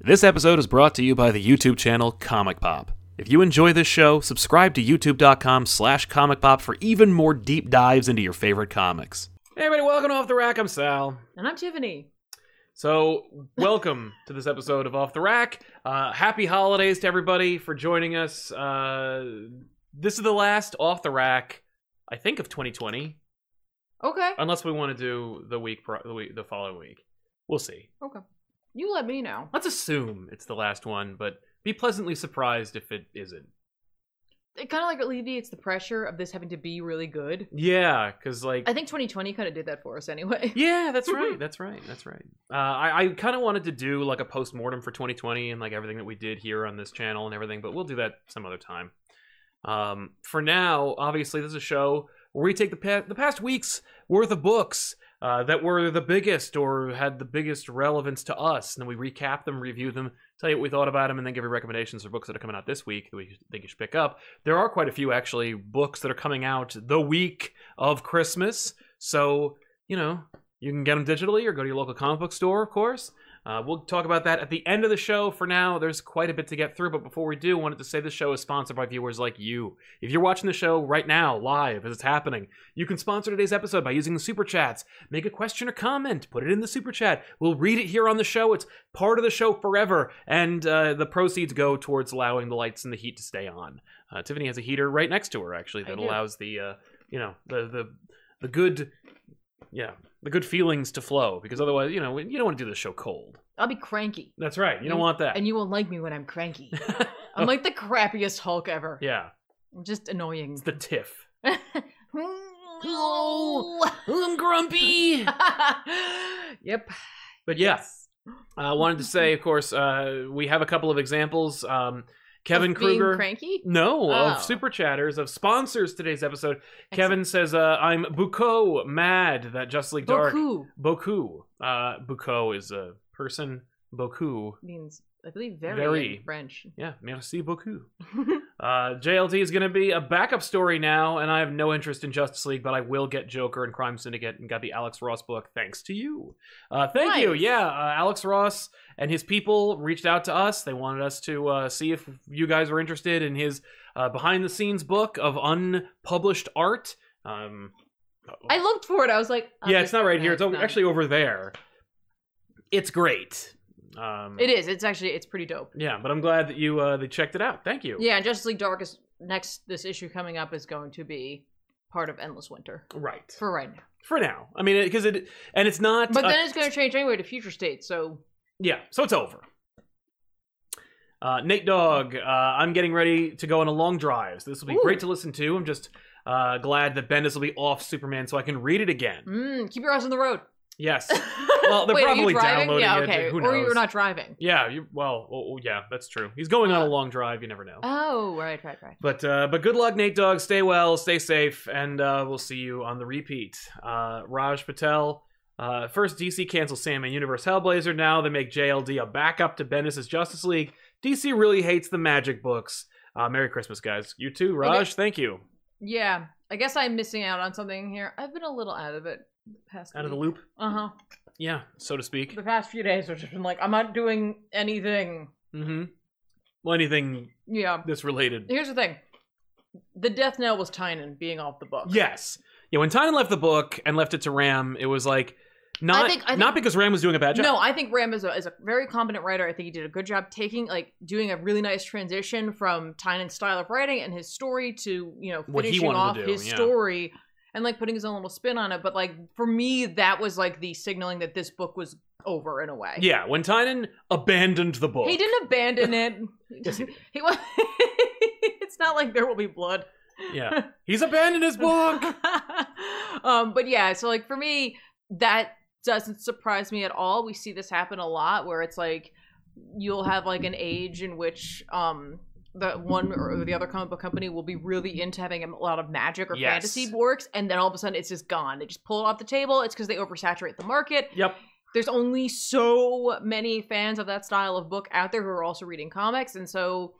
This episode is brought to you by the YouTube channel Comic Pop. If you enjoy this show, subscribe to youtube.com slash comic pop for even more deep dives into your favorite comics. Hey everybody, welcome to Off the Rack. I'm Sal. And I'm Tiffany. So, welcome to this episode of Off the Rack. Uh, happy holidays to everybody for joining us. Uh, this is the last Off the Rack, I think, of 2020, Okay. unless we want to do the week, pro- the week, the following week. We'll see. Okay. You let me know. Let's assume it's the last one, but be pleasantly surprised if it isn't. It kind of like alleviates the pressure of this having to be really good. Yeah, because like, I think 2020 kind of did that for us anyway. yeah, that's right, that's right, that's right. Uh, I, I kind of wanted to do like a post mortem for 2020 and like everything that we did here on this channel and everything, but we'll do that some other time. Um, for now, obviously, this is a show where we take the pa- the past week's worth of books. Uh, that were the biggest or had the biggest relevance to us, and then we recap them, review them, tell you what we thought about them, and then give you recommendations for books that are coming out this week that we think you should pick up. There are quite a few actually books that are coming out the week of Christmas, so you know you can get them digitally or go to your local comic book store, of course. Uh, we'll talk about that at the end of the show. For now, there's quite a bit to get through, but before we do, wanted to say the show is sponsored by viewers like you. If you're watching the show right now, live as it's happening, you can sponsor today's episode by using the super chats. Make a question or comment, put it in the super chat. We'll read it here on the show. It's part of the show forever, and uh, the proceeds go towards allowing the lights and the heat to stay on. Uh, Tiffany has a heater right next to her, actually, I that do. allows the uh, you know the the the good yeah the good feelings to flow because otherwise you know you don't want to do this show cold. I'll be cranky. That's right. You don't And- want that. And you won't like me when I'm cranky. I'm like the crappiest Hulk ever. yeah, I'm just annoying. it's the tiff. No. I'm grumpy. yep. But yeah, I wanted to say, of course, uh, we have a couple of examples. Um, Kevin Of being Kruger. cranky? No, Oh. of super chatters, of sponsors today's episode. Kevin says, uh, I'm Buko mad that Just League Dark. Boku Boku. Uh, Buko is a person. Boku. means, I believe, very, Very. in French. Yeah, merci beaucoup. Uh, JLT is going to be a backup story now, and I have no interest in Justice League, but I will get Joker and Crime Syndicate and got the Alex Ross book thanks to you. Uh, thank you. Nice. Yeah, uh, Alex Ross and his people reached out to us. They wanted us to uh, see if you guys were interested in his uh, behind the scenes book of unpublished art. Um, I looked for it. I was like, yeah, it's not right here. It's no, over, not. actually over there. It's great. Um, It is. It's actually, it's pretty dope. yeah, but I'm glad that you uh, they checked it out. Thank you. Yeah, and Justice League Dark is next. This issue coming up is going to be part of Endless Winter Right. for right now. for now. I mean, because it, and it's not. But uh, then it's going to change anyway to Future State. So yeah, so it's over. Uh, Nate Dog, uh, I'm getting ready to go on a long drive, so this will be Ooh. great to listen to. I'm just uh, glad that Bendis will be off Superman, so I can read it again. mm, keep your eyes on the road. Yes. Well, they're Wait, are probably you driving? downloading yeah, it, okay. who Or knows? you're not driving. Yeah. You, well. Oh, oh, yeah. That's true. He's going Uh. on a long drive. You never know. Oh, right, right, right. But uh, but good luck, Nate Dog. Stay well, stay safe, and uh, we'll see you on the repeat. Uh, Raj Patel. Uh, first, DC cancels Sandman Universe Hellblazer. Now they make JLD a backup to Bendis' Justice League. DC really hates the magic books. Uh, Merry Christmas, guys. You too, Raj. Thank you. Yeah, I guess I'm missing out on something here. I've been a little out of it. The past Out of the loop. Uh huh. Yeah, so to speak. The past few days, which has been like, I'm not doing anything. Mm-hmm. Well, anything Yeah. that's related. Here's the thing. The death knell was Tynan being off the book. Yes. Yeah, when Tynan left the book and left it to Ram, it was like not think- I not because Ram was doing a bad job. No, I think Ram is a, is a very competent writer. I think he did a good job taking, like, doing a really nice transition from Tynan's style of writing and his story to, you know, What he finishing off wanted to do, his yeah. story and, like, putting his own little spin on it. But, like, for me, that was, like, the signaling that this book was over in a way. Yeah, when Tynan abandoned the book. He didn't abandon it. he was. it's not like there will be blood. Yeah. He's abandoned his book. um, but yeah, so like for me, that doesn't surprise me at all. We see this happen a lot where it's like you'll have like an age in which um the one or the other comic book company will be really into having a lot of magic or Yes. fantasy works, and then all of a sudden it's just gone. They just pull it off the table. It's because they oversaturate the market. yep. There's only so many fans of that style of book out there who are also reading comics, and so.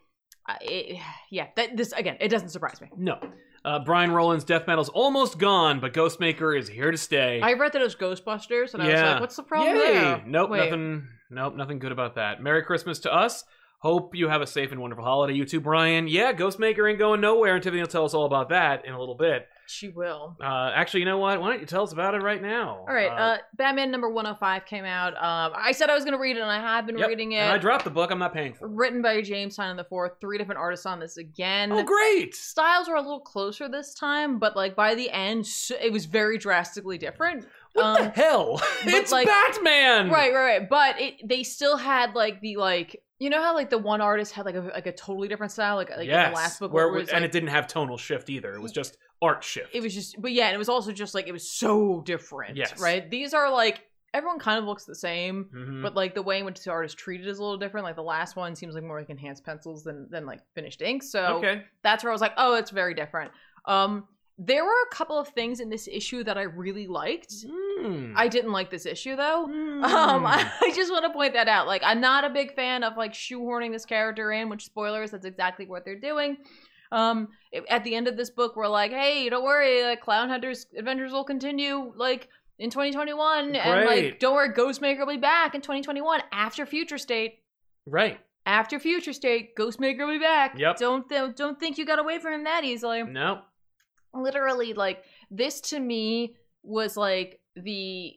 uh, It, yeah, that this again. It doesn't surprise me. No. Uh, Brian Roland's death metal's almost gone, but Ghostmaker is here to stay. I read that it was Ghostbusters, and I was Yeah. like, "What's the problem?" Yay! there? Nope, Wait. nothing. Nope, nothing good about that. Merry Christmas to us. Hope you have a safe and wonderful holiday, you too, Brian. Yeah, Ghostmaker ain't going nowhere, and Tiffany will tell us all about that in a little bit. She will. Uh, actually, you know what? Why don't you tell us about it right now? All right. Uh, Batman number 105 came out. Um, I said I was going to read it, and I have been yep, reading it. And I dropped the book. I'm not paying for it. Written by James Tynan the Fourth. Three different artists on this again. Oh, great! Styles were a little closer this time, but like by the end, s- it was very drastically different. What the Um, hell? It's like- Batman. Right, right, right. But it, they still had like the like you know how like the one artist had like a like a totally different style like like in yes. the last book where where, it was, it was and like, it didn't have tonal shift either. It was just art shift. it was just but yeah and it was also just like it was so different Yes. right these are like everyone kind of looks the same Mhm. but like the way in which the art is treated is a little different like the last one seems like more like enhanced pencils than than like finished ink so okay. that's where i was like oh it's very different um there were a couple of things in this issue that i really liked Mm. i didn't like this issue though Mm. um i, I just want to point that out like i'm not a big fan of like shoehorning this character in which spoilers that's exactly what they're doing um it- at the end of this book we're like hey don't worry like clown hunters adventures will continue like in 2021 and like Great. don't worry ghostmaker will be back in 2021 after future state right. after future state ghostmaker will be back Yep. don't th- don't think you got away from him that easily No. literally like this to me was like the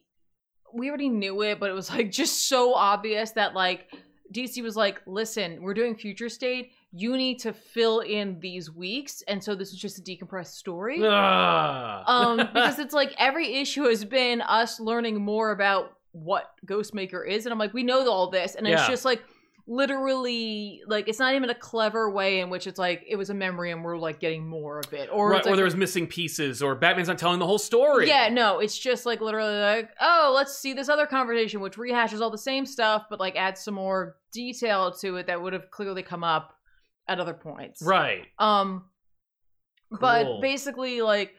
we already knew it but it was like just so obvious that like DC was like listen we're doing future state you need to fill in these weeks and so this is just a decompressed story um um, because it's like every issue has been us learning more about what ghostmaker is and i'm like we know all this and it's Yeah. just like literally like it's not even a clever way in which it's like it was a memory and we're like getting more of it or, or it's or like there was missing pieces, or Batman's not telling the whole story. yeah, no, it's just like literally like, oh, let's see this other conversation, which rehashes all the same stuff, but like adds some more detail to it that would have clearly come up at other points. Right. Um, but Cool. basically, like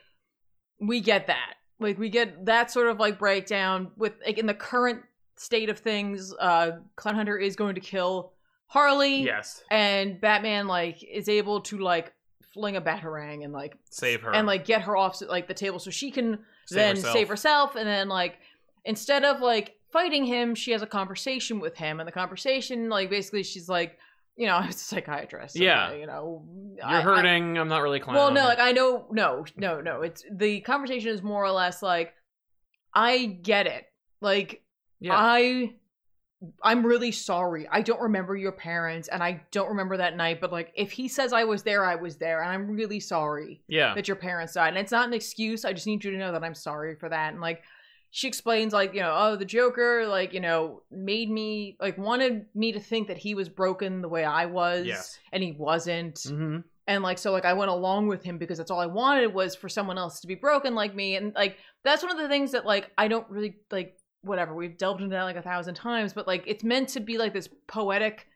we get that, like we get that sort of like breakdown with like in the current state of things, uh, Clown Hunter is going to kill Harley, Yes. and Batman like is able to like fling a batarang and like Save her. and like get her off like the table so she can Save then herself. save herself and then like instead of like fighting him she has a conversation with him and the conversation like basically she's like you know i was a psychiatrist and, Yeah. uh, you know You're hurting. I, am not really a clown. well no like i know no no no it's the conversation is more or less like i get it like yeah. I I'm really sorry. I don't remember your parents and I don't remember that night, but like if he says I was there, I was there and I'm really sorry yeah. that your parents died. And it's not an excuse. I just need you to know that I'm sorry for that. And like she explains like, you know, oh, the Joker like, you know, made me like wanted me to think that he was broken the way I was Yes. and he wasn't. Mm-hmm. And like so like I went along with him because that's all I wanted was for someone else to be broken like me. And like that's one of the things that like I don't really like whatever, we've delved into that like a thousand times, but like it's meant to be like this poetic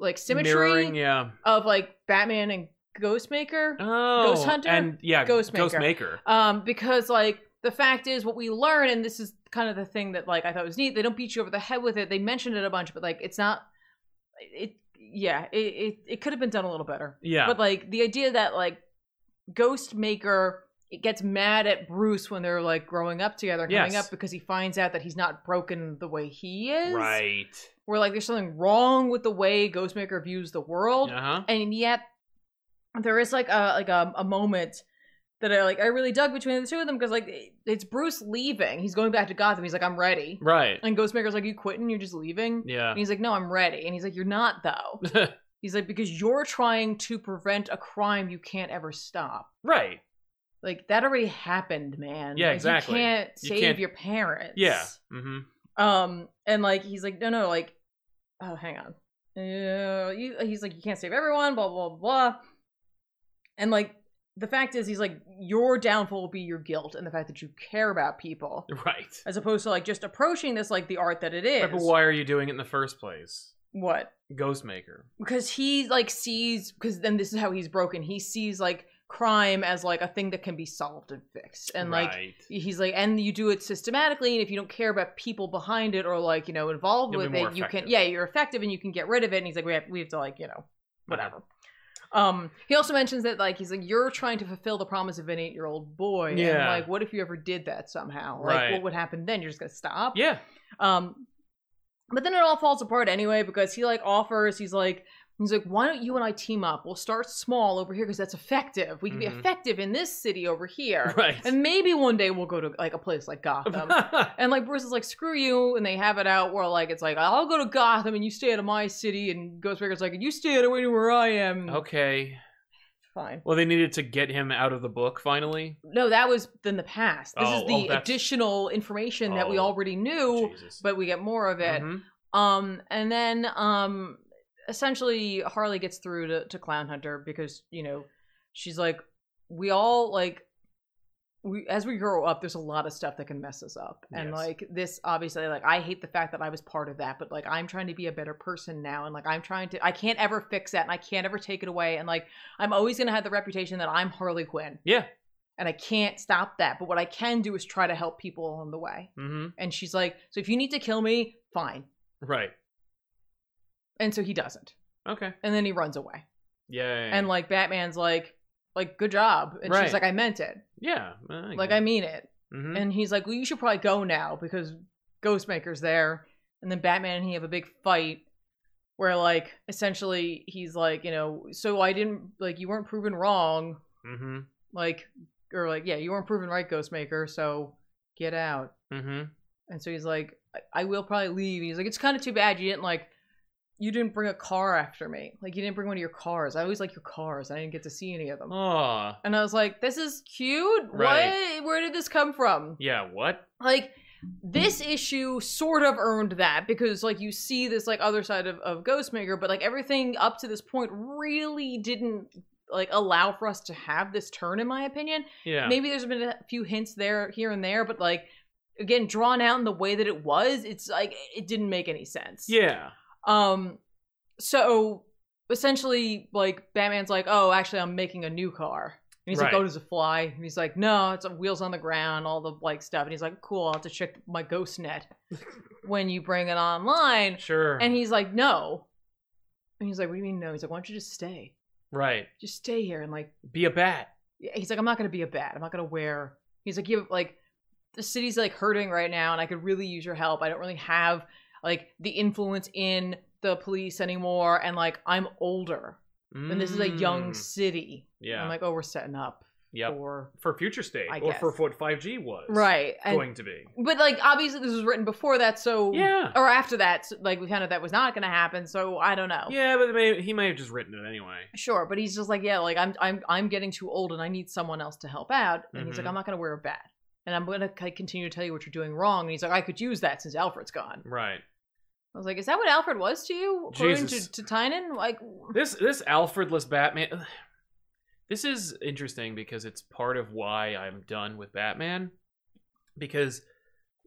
like symmetry Mirroring. Yeah. of like Batman and Ghostmaker. Oh. Ghost Hunter? And yeah. Ghostmaker. Ghostmaker. Um, because like the fact is what we learn, and this is kind of the thing that like I thought was neat. They don't beat you over the head with it. They mentioned it a bunch, but like it's not it yeah, it it, it could have been done a little better. Yeah. But like the idea that like Ghostmaker it gets mad at Bruce when they're like growing up together, and coming Yes. up because he finds out that he's not broken the way he is. right. Where like there's something wrong with the way Ghostmaker views the Uh world, huh. and yet there is like a like um, a, a moment that I like I really dug between the two of them because like it- it's Bruce leaving, he's going back to Gotham, he's like I'm ready, Right. and Ghostmaker's like you quitting, you're just leaving, Yeah. and he's like no I'm ready, and he's like you're not though. He's like, because you're trying to prevent a crime you can't ever stop. right. Like that already happened, man. Yeah, Like, exactly. You can't You save can't- your parents. Yeah. Mm-hmm. Um, and like he's like, no, no, like, oh, hang on. Uh, you, he's like, you can't save everyone. Blah blah blah. And like, the fact is, he's like, your downfall will be your guilt and the fact that you care about people, Right. as opposed to like just approaching this like the art that it is. Right, But why are you doing it in the first place? What? Ghostmaker. because he like sees because then this is how he's broken he sees like crime as like a thing that can be solved and fixed and like right. he's like and you do it systematically and if you don't care about people behind it or like you know involved You'll be with more it you can effective. yeah you're effective and you can get rid of it and he's like we have, we have to like you know whatever Um, he also mentions that like he's like you're trying to fulfill the promise of an eight year old boy. and, Yeah. like what if you ever did that somehow? Like Right. what would happen then? You're just gonna stop. Yeah. Um, but then it all falls apart anyway because he like offers. He's like he's like why don't you and I team up? We'll start small over here because that's effective. We can be Mhm. effective in this city over here, Right. and maybe one day we'll go to like a place like Gotham. And like Bruce is like, screw you, and they have it out where like it's like I'll go to Gotham and you stay out of my city, and Ghost Rider's like you stay out of anywhere I am. okay. fine. Well, they needed to get him out of the book finally. No, that was in the past. This Oh, is oh, the that's- additional information that we Oh. already knew, Jesus. but we get more of it. Mhm. Um, and then um, essentially Harley gets through to, to Clown Hunter because you know she's like, we all like. We, as we grow up, there's a lot of stuff that can mess us up, and Yes. like this, obviously, like I hate the fact that I was part of that, but like I'm trying to be a better person now, and like I'm trying to, I can't ever fix that, and I can't ever take it away, and like I'm always gonna have the reputation that I'm Harley Quinn, Yeah. and I can't stop that. But what I can do is try to help people along the way. hmm And she's like, so if you need to kill me, fine. Right. And so he doesn't. Okay. And then he runs away. Yay. And like Batman's like, like good job. And Right. she's like, I meant it. yeah. Like I mean it. hmm And he's like, well, you should probably go now because Ghostmaker's there. And then Batman and he have a big fight where like essentially he's like, you know, so I didn't like you weren't proven wrong, hmm like or like yeah, you weren't proven right, Ghostmaker. So get out. hmm And so he's like, I, I will probably leave. He's like, it's kind of too bad you didn't like, you didn't bring a car after me. Like you didn't bring one of your cars. I always like your cars. I didn't get to see any of them. Oh. And I was like, this is cute. Right. What? Where did this come from? Yeah. What? Like this issue sort of earned that because like you see this like other side of, of Ghostmaker, but like everything up to this point really didn't like allow for us to have this turn in my opinion Yeah. maybe there's been a few hints there here and there but like again drawn out in the way that it was it's like it didn't make any sense Yeah. um so essentially like batman's like oh actually i'm making a new car and he's like Right. oh does it fly and he's like no it's wheels on the ground all the like stuff and he's like cool i'll have to check my ghost net when you bring it online Sure. and he's like no and he's like what do you mean no he's like why don't you just stay right. just stay here and like Be a bat. yeah, he's like, I'm not gonna be a bat. I'm not gonna wear. He's like, you like, the city's like hurting right now, and I could really use your help. I don't really have like the influence in the police anymore, and like I'm older, and this is a young Mm. city. Yeah. I'm like, oh, we're setting up yep. for for future state I or for guess. what 5G was right, and, Oh. going to be. but like obviously this was written before that, so Yeah. or after that, so, like we found out that was not gonna happen. So I don't know. Yeah, but may, he may have just written it anyway. Sure, but he's just like, yeah, like I'm I'm I'm getting too old and I need someone else to help out. And he's like, Mhm. I'm not gonna wear a bat. And I'm gonna c- continue to tell you what you're doing wrong. And he's like, I could use that since Alfred's gone. Right. I was like, is that what Alfred was to you? According Jesus. to, to Tynan? Like This this Alfredless Batman This is interesting because it's part of why I'm done with Batman because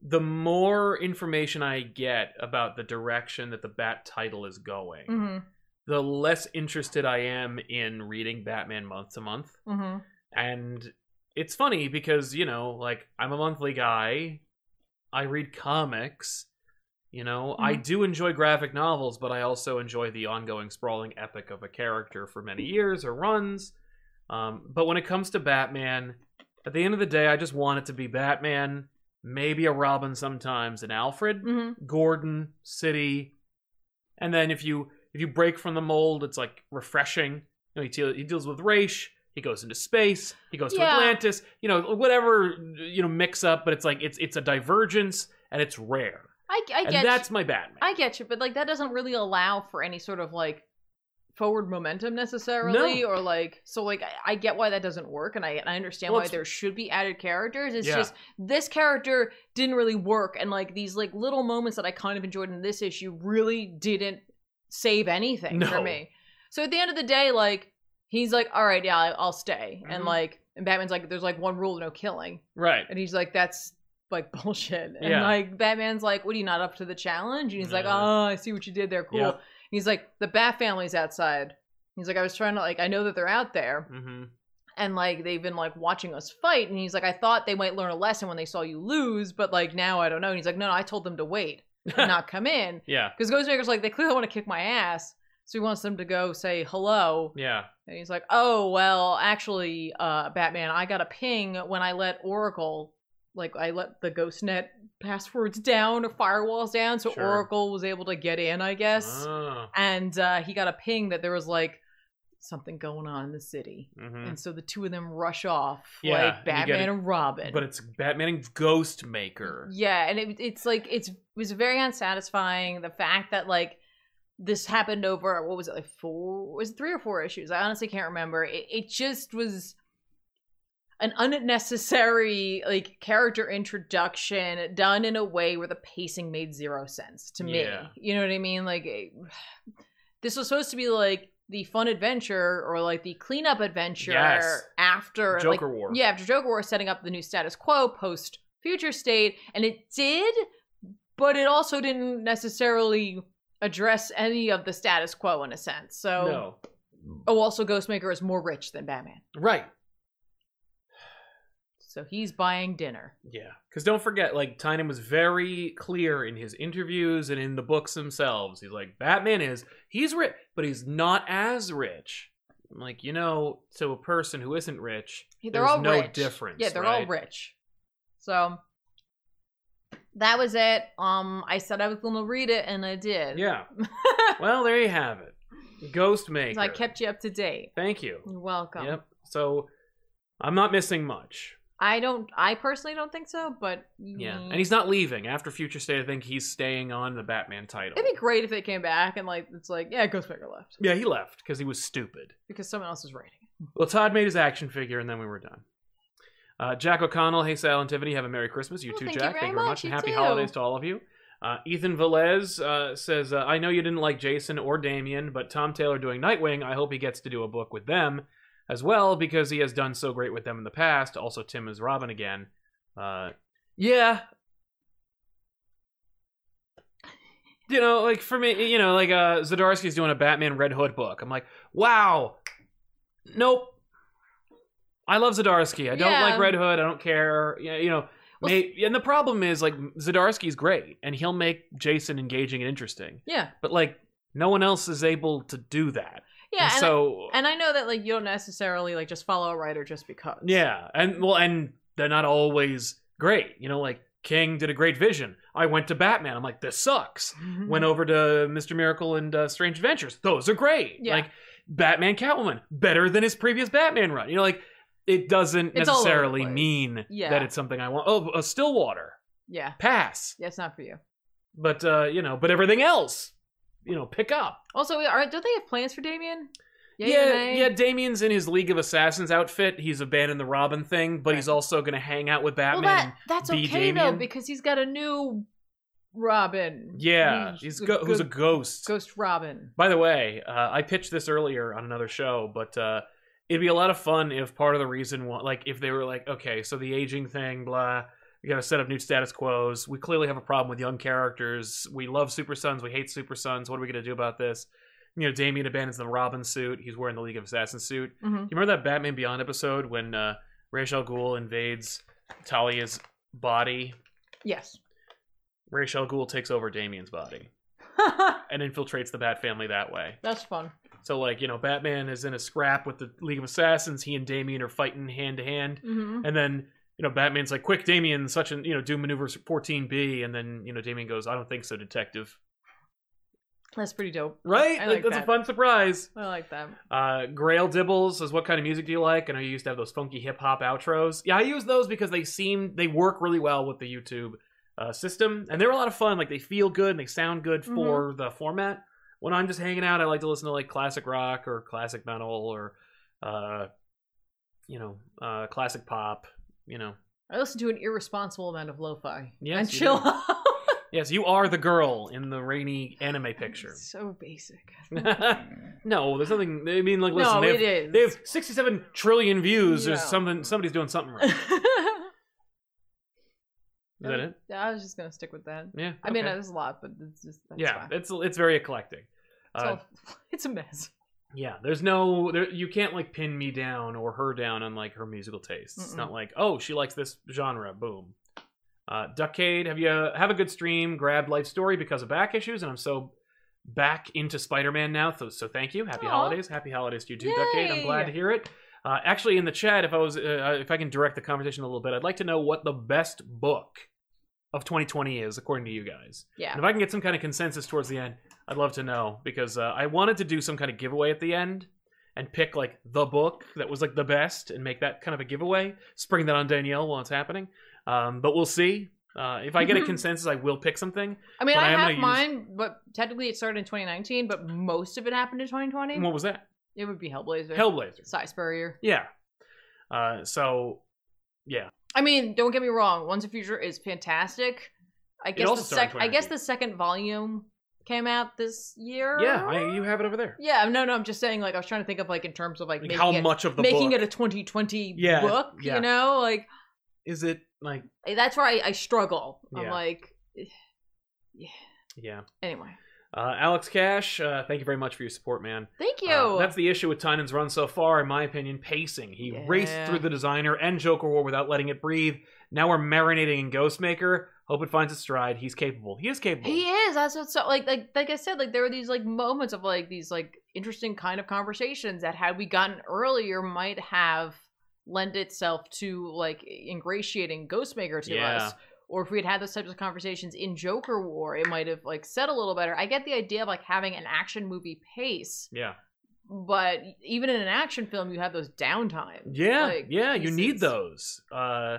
the more information I get about the direction that the Bat title is going, mhm, the less interested I am in reading Batman month to month. mhm. And it's funny because, you know, like I'm a monthly guy. I read comics. You know, I Mhm. do enjoy graphic novels, but I also enjoy the ongoing sprawling epic of a character for many years or runs. Um, but when it comes to Batman, at the end of the day, I just want it to be Batman, maybe a Robin sometimes, an Alfred, mhm. Gordon, City, and then if you if you break from the mold, it's like refreshing. You know, he, deal, he deals with Raish. He goes into space. He goes to Yeah. Atlantis. You know, whatever you know, mix up. But it's like it's it's a divergence, and it's rare. I, I and get that's you. my Batman. I get you, but like that doesn't really allow for any sort of like forward momentum necessarily or like so like I, I get why that doesn't work and I and I understand Well, why it's- there should be added characters. It's Yeah. just this character didn't really work and like these like little moments that I kind of enjoyed in this issue really didn't save anything for No. me. So at the end of the day, like he's like, All right, yeah, I- I'll stay. And Mhm. like and Batman's like, There's like one rule, no killing. right. And he's like, that's like bullshit. And Yeah. like Batman's like, what are you not up to the challenge? And he's like, Yeah. oh, I see what you did there. Cool. Yep. And he's like, the Bat family's outside. He's like, I was trying to like, I know that they're out there Mm-hmm. and like they've been like watching us fight. And he's like, I thought they might learn a lesson when they saw you lose, but like now I don't know. And he's like, no, no I told them to wait and not come in. Yeah. Because Ghostmaker's like, they clearly want to kick my ass. So he wants them to go say hello. Yeah. And he's like, "Oh well, actually, uh, Batman, I got a ping when I let Oracle, like I let the GhostNet passwords down or firewalls down, so Sure. Oracle was able to get in, I guess. Ah, And uh, he got a ping that there was like something going on in the city, mhm. and so the two of them rush off, Yeah, like and you get Batman it- and Robin. But it's Batman and Ghost Maker. Yeah, and it, it's like it's it was very unsatisfying. The fact that like this happened over what was it like four was it three or four issues? I honestly can't remember. It, it just was an unnecessary like character introduction done in a way where the pacing made zero sense to me. Yeah. You know what I mean? Like it- this was supposed to be like the fun adventure or like the cleanup adventure Yes. after like, Joker War. yeah, after Joker War setting up the new status quo post future state, and it did, but it also didn't necessarily address any of the status quo in a sense. So No. oh also Ghostmaker is more rich than Batman. Right. So he's buying dinner. Yeah. Because don't forget, like, Tynan was very clear in his interviews and in the books themselves. He's like, Batman is, he's rich, but he's not as rich. I'm like, you know, to a person who isn't rich, They're there's all no rich. difference. Yeah, they're all right? rich. So that was it. Um I said I was gonna read it and I did. Yeah. well, there you have it. Ghost Maker. So I kept you up to date. Thank you. You're welcome. Yep. So I'm not missing much. I don't I personally don't think so, but Yeah. And he's not leaving. After Future State, I think he's staying on the Batman title. It'd be great if they came back and like it's like, yeah, Ghostmaker left yeah, he left because he was stupid. because someone else is writing. it. Well, Todd made his action figure, and then we were done. Uh, Jack O'Connell, hey Sal and Tiffany, have a Merry Christmas. You Oh, too, thank you Jack. very thank you very much, much. and You happy too. holidays to all of you. Uh, Ethan Velez uh, says, uh, "I know you didn't like Jason or Damien, but Tom Taylor doing Nightwing. I hope he gets to do a book with them as well because he has done so great with them in the past. Also, Tim is Robin again. Uh, yeah." You know, like for me, you know, like uh Zdarsky's doing a Batman Red Hood book. I'm like, wow, nope. I love Zdarsky. I don't Yeah. like Red Hood. I don't care. Yeah, you know. Well, may- and the problem is like Zdarsky's great, and he'll make Jason engaging and interesting. Yeah, But like, no one else is able to do that. yeah. And And, so I, and I know that like you don't necessarily like just follow a writer just because. yeah, and well, and they're not always great. You know, like King did a great Vision. I went to Batman. I'm like, this sucks. Mm-hmm. went over to Mr. Miracle and uh, Strange Adventures. Those are great. Yeah. Like Batman Catwoman, better than his previous Batman run. You know, like it doesn't It's all over the necessarily place. mean Yeah. that it's something I want. Oh, uh, Stillwater, yeah, pass. yeah, it's not for you. But uh, you know, but everything else, you know, pick up. Also, we are don't they have plans for Damien? Yay or yeah, nay? yeah. Damien's in his League of Assassins outfit. He's abandoned the Robin thing, but he's Right. also going to hang out with Batman. Well, that that's be okay though Damien. because he's got a new Robin. yeah, he's go- who's a ghost. ghost Robin. By the way, uh, I pitched this earlier on another show, but uh, it'd be a lot of fun if part of the reason, why, like, if they were like, okay, so the aging thing, blah, we got to set up new status quos. We clearly have a problem with young characters. We love Super Sons. We hate Super Sons. What are we going to do about this? You know, Damien abandons the Robin suit. He's wearing the League of Assassins suit. hmm You remember that Batman Beyond episode when uh, Ra's al Ghul invades Talia's body? Yes. Ra's al Ghul takes over Damien's body and infiltrates the Bat family that way. that's fun. So like, you know, Batman is in a scrap with the League of Assassins, he and Damien are fighting hand to hand. hmm And then, you know, Batman's like, quick Damien, such an you know, do maneuver fourteen B and then, you know, Damien goes, I don't think so, detective. That's pretty dope. Right? I like, like that's that. a fun surprise. I like that. Uh Grail Dibbles says, What kind of music do you like? I know you used to have those funky hip hop outros. Yeah, I use those because they seem they work really well with the YouTube uh, system. And they're a lot of fun. Like they feel good and they sound good Mm-hmm. for the format. When I'm just hanging out, I like to listen to like classic rock or classic metal or uh you know, uh classic pop, you know. I listen to an irresponsible amount of lo-fi Yes, and you chill do. out. Yes, you are the girl in the rainy anime picture. So basic. no, there's nothing I mean like listen, no, they it have, is. they have 67 trillion views. There's Yeah. something somebody's doing something right. Is that it? I was just gonna stick with that. Yeah. I mean, okay. there's a lot, but it's just that's yeah, fine. it's it's very eclectic. It's, Uh, all, it's a mess. yeah, there's no there, you can't like pin me down or her down on like her musical tastes. It's Mm-mm. not like oh she likes this genre. Boom. Uh, Duckade, have you have a good stream? Grabbed life story because of back issues, and I'm so back into Spider-Man now. So, so thank you. Happy Aw. holidays. Happy holidays to you too, Duckade. I'm glad to Yay. hear it. Uh, actually, in the chat, if I was, uh, if I can direct the conversation a little bit, I'd like to know what the best book of 2020 is, according to you guys. And Yeah. if I can get some kind of consensus towards the end, I'd love to know because uh, I wanted to do some kind of giveaway at the end and pick like the book that was like the best and make that kind of a giveaway. Spring that on Danielle while it's happening. Um, but we'll see. Uh, if I get a consensus, I will pick something. I mean, But I I am have gonna mine, but technically it started in 2019, but most of it happened in 2020. And what was that? it would be Hellblazer. Hellblazer. Cy Spurrier. Yeah. Uh, so I mean, don't get me wrong. Once a Future is fantastic. I guess also the started sec- in I guess 2019. the second volume came out this year. yeah, I, you have it over there. Yeah, no, no. I'm just saying. Like, I was trying to think of like in terms of like, Like making how it, much of the making book it a 2020 Yeah, book. yeah. You know, like is it like that's where I, I struggle. I'm Yeah. like, yeah. anyway. Uh, Alex Cash, uh, thank you very much for your support, man. Thank you. Uh, that's the issue with Tynan's run so far, in my opinion. Pacing. He raced Yeah. through the designer and Joker War without letting it breathe. Now we're marinating in Ghostmaker. Hope it finds its stride. He's capable. He is capable. He is. That's what's so like like like I said, like there were these like moments of like these like interesting kind of conversations that had we gotten earlier might have lend itself to like ingratiating Ghostmaker to Yeah. us. Or if we had had those types of conversations in Joker War, it might have like said a little better. I get the idea of like having an action movie pace, Yeah. but e, even in an action film, you have those downtime. Yeah. like, yeah. You need pieces. those. Uh,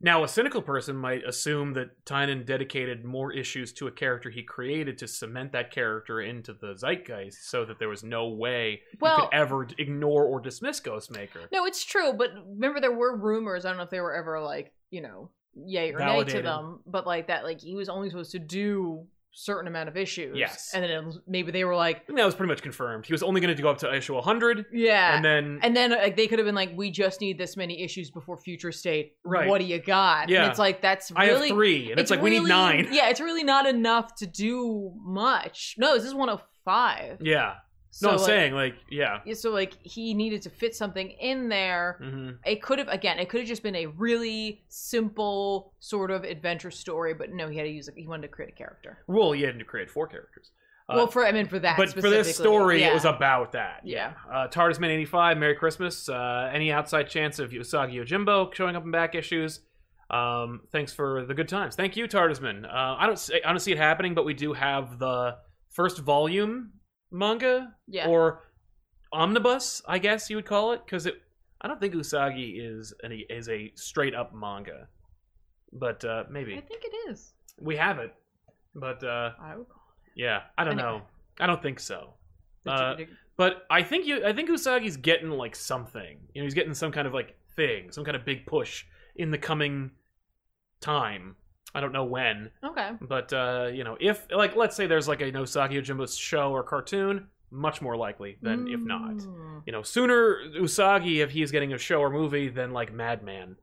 now, a cynical person might assume that Tynan dedicated more issues to a character he created to cement that character into the zeitgeist so that there was no way you Well, could ever d- ignore or dismiss Ghostmaker. No, it's true, but remember there were rumors. I don't know if they were ever like, you know, yay or nay Validated. to them, but like that, like he was only supposed to do certain amount of issues. Yes. and then it was- maybe they were like, And that was pretty much confirmed. He was only going to go up to issue 100. yeah, And then and then like they could have been like, we just need this many issues before Future State. Right. What do you got? Yeah. and it's like that's I really. have three, and it's, like we need really- nine. Yeah, it's really not enough to do much. No, this is 105. Yeah. So No, I'm like, saying like yeah. So like he needed to fit something in there. hmm it could have again it could have just been a really simple sort of adventure story but no he had to use he wanted to create a character Well, you had to create four characters. Uh, well for i mean for that but for this specifically, story, yeah. it was about that. Yeah. Uh, Tardisman eighty five. Merry Christmas. Uh, any outside chance of Usagi Yojimbo showing up in back issues? Um, thanks for the good times. Thank you, Tardisman. Uh, I don't see, I don't see it happening, but we do have the first volume manga yeah or omnibus, I guess you would call it, because it. I don't think Usagi is an, is a straight up manga, but uh, maybe i think it is We have it, but uh, i would call yeah, I don't Anyway. know. I don't think so. it Uh, But I think you, I think Usagi's getting like something. You know, he's getting some kind of like thing, some kind of big push in the coming time. I don't know when, okay but uh, you know, if like let's say there's like an Usagi Ojimbo show or cartoon, much more likely than if not. Mm. You know, sooner Usagi if he's getting a show or movie than like Madman,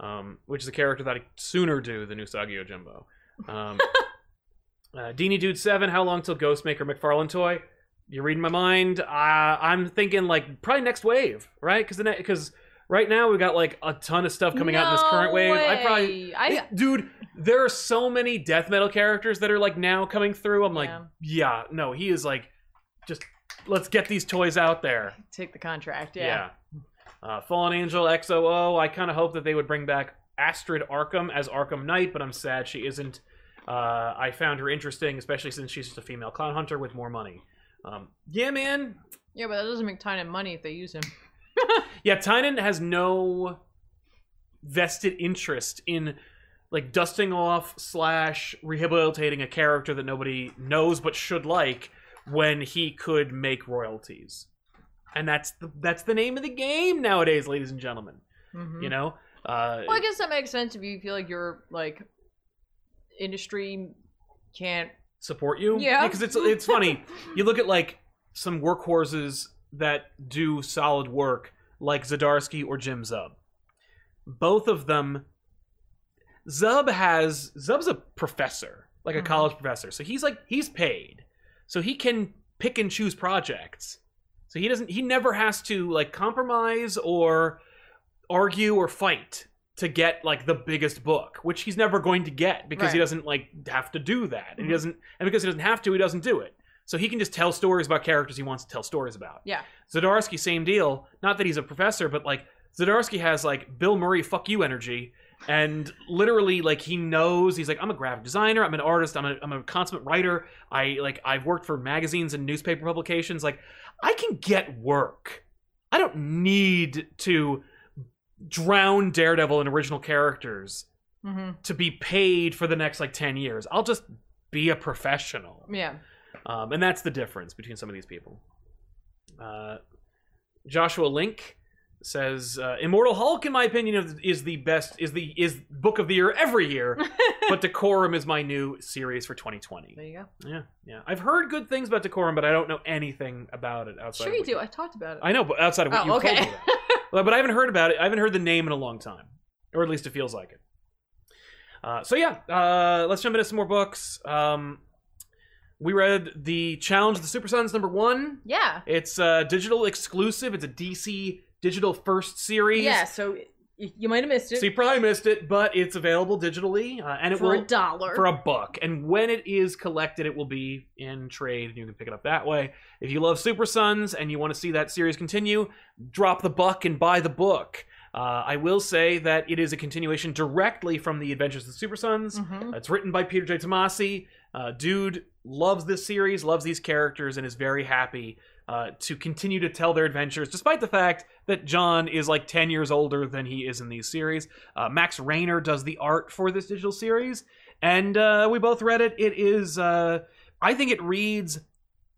um, which is a character that I sooner do than Usagi Ojimbo. Um, uh, Deenie Dude Seven, how long till Ghostmaker McFarlane toy? You're reading my mind. Uh, I'm thinking like probably next wave, right? Because the because right now we've got like a ton of stuff coming out in this No current wave. I probably way. I- dude. There are so many death metal characters that are like now coming through. I'm like, Yeah. yeah, no, he is like, just let's get these toys out there. take the contract yeah, Yeah. Uh, Fallen Angel XOO. I kind of hope that they would bring back Astrid Arkham as Arkham Knight, but I'm sad she isn't. Uh, I found her interesting, especially since she's just a female clown hunter with more money. Um, yeah, man. Yeah, but that doesn't make time and money if they use him Yeah, Tynan has no vested interest in like dusting off slash rehabilitating a character that nobody knows but should like when he could make royalties. And that's the that's the name of the game nowadays, ladies and gentlemen. Mhm. You know? Uh well i guess that makes sense if you feel like your like industry can't support you. Yeah. Because it's it's funny. you look at like some workhorses that do solid work, like Zadarsky or Jim Zub. Both of them, Zub has Zub's a professor, like a Mhm. college professor, so he's like he's paid, so he can pick and choose projects. So he doesn't he never has to like compromise or argue or fight to get like the biggest book, which he's never going to get because he Right. doesn't like have to do that. And he Mhm. doesn't and because he doesn't have to, he doesn't do it. So he can just tell stories about characters he wants to tell stories about. Yeah. Zadarsky, same deal. Not that he's a professor, but like Zadarsky has like Bill Murray fuck you energy. And literally, like he knows, he's like, I'm a graphic designer, I'm an artist, I'm a, I'm a consummate writer. I like I've worked for magazines and newspaper publications. Like I can get work. I don't need to drown Daredevil in original characters Mm-hmm. to be paid for the next like 10 years. I'll just be a professional. Yeah. Um, and that's the difference between some of these people. Uh, Joshua Link says uh, Immortal Hulk in my opinion is- is the best is the is book of the year every year, but Decorum is my new series for 2020. There you go. Yeah. Yeah. I've heard good things about Decorum, but I don't know anything about it outside Sure, of you what do. I talked about it. I know, but outside of what Oh, you okay. told me about. Well, but I haven't heard about it. I haven't heard the name in a long time, or at least it feels like it. Uh, so yeah, uh, let's jump into some more books. Um, we read the Challenge of the Super Sons number one. yeah. It's uh, digital exclusive. It's a DC digital first series. Yeah. So y- you might have missed it So you probably missed it, but it's available digitally, uh, and it for will a dollar. for a buck. And when it is collected, it will be in trade, and you can pick it up that way. If you love Super Sons and you want to see that series continue, drop the buck and buy the book. Uh, I will say that it is a continuation directly from the Adventures of the Super Sons. Mhm. It's written by Peter J. Tomasi. Uh, dude loves this series, loves these characters, and is very happy uh, to continue to tell their adventures, despite the fact that John is like 10 years older than he is in these series. Uh, Max Rayner does the art for this digital series, and uh, we both read it. It is, uh, I think it reads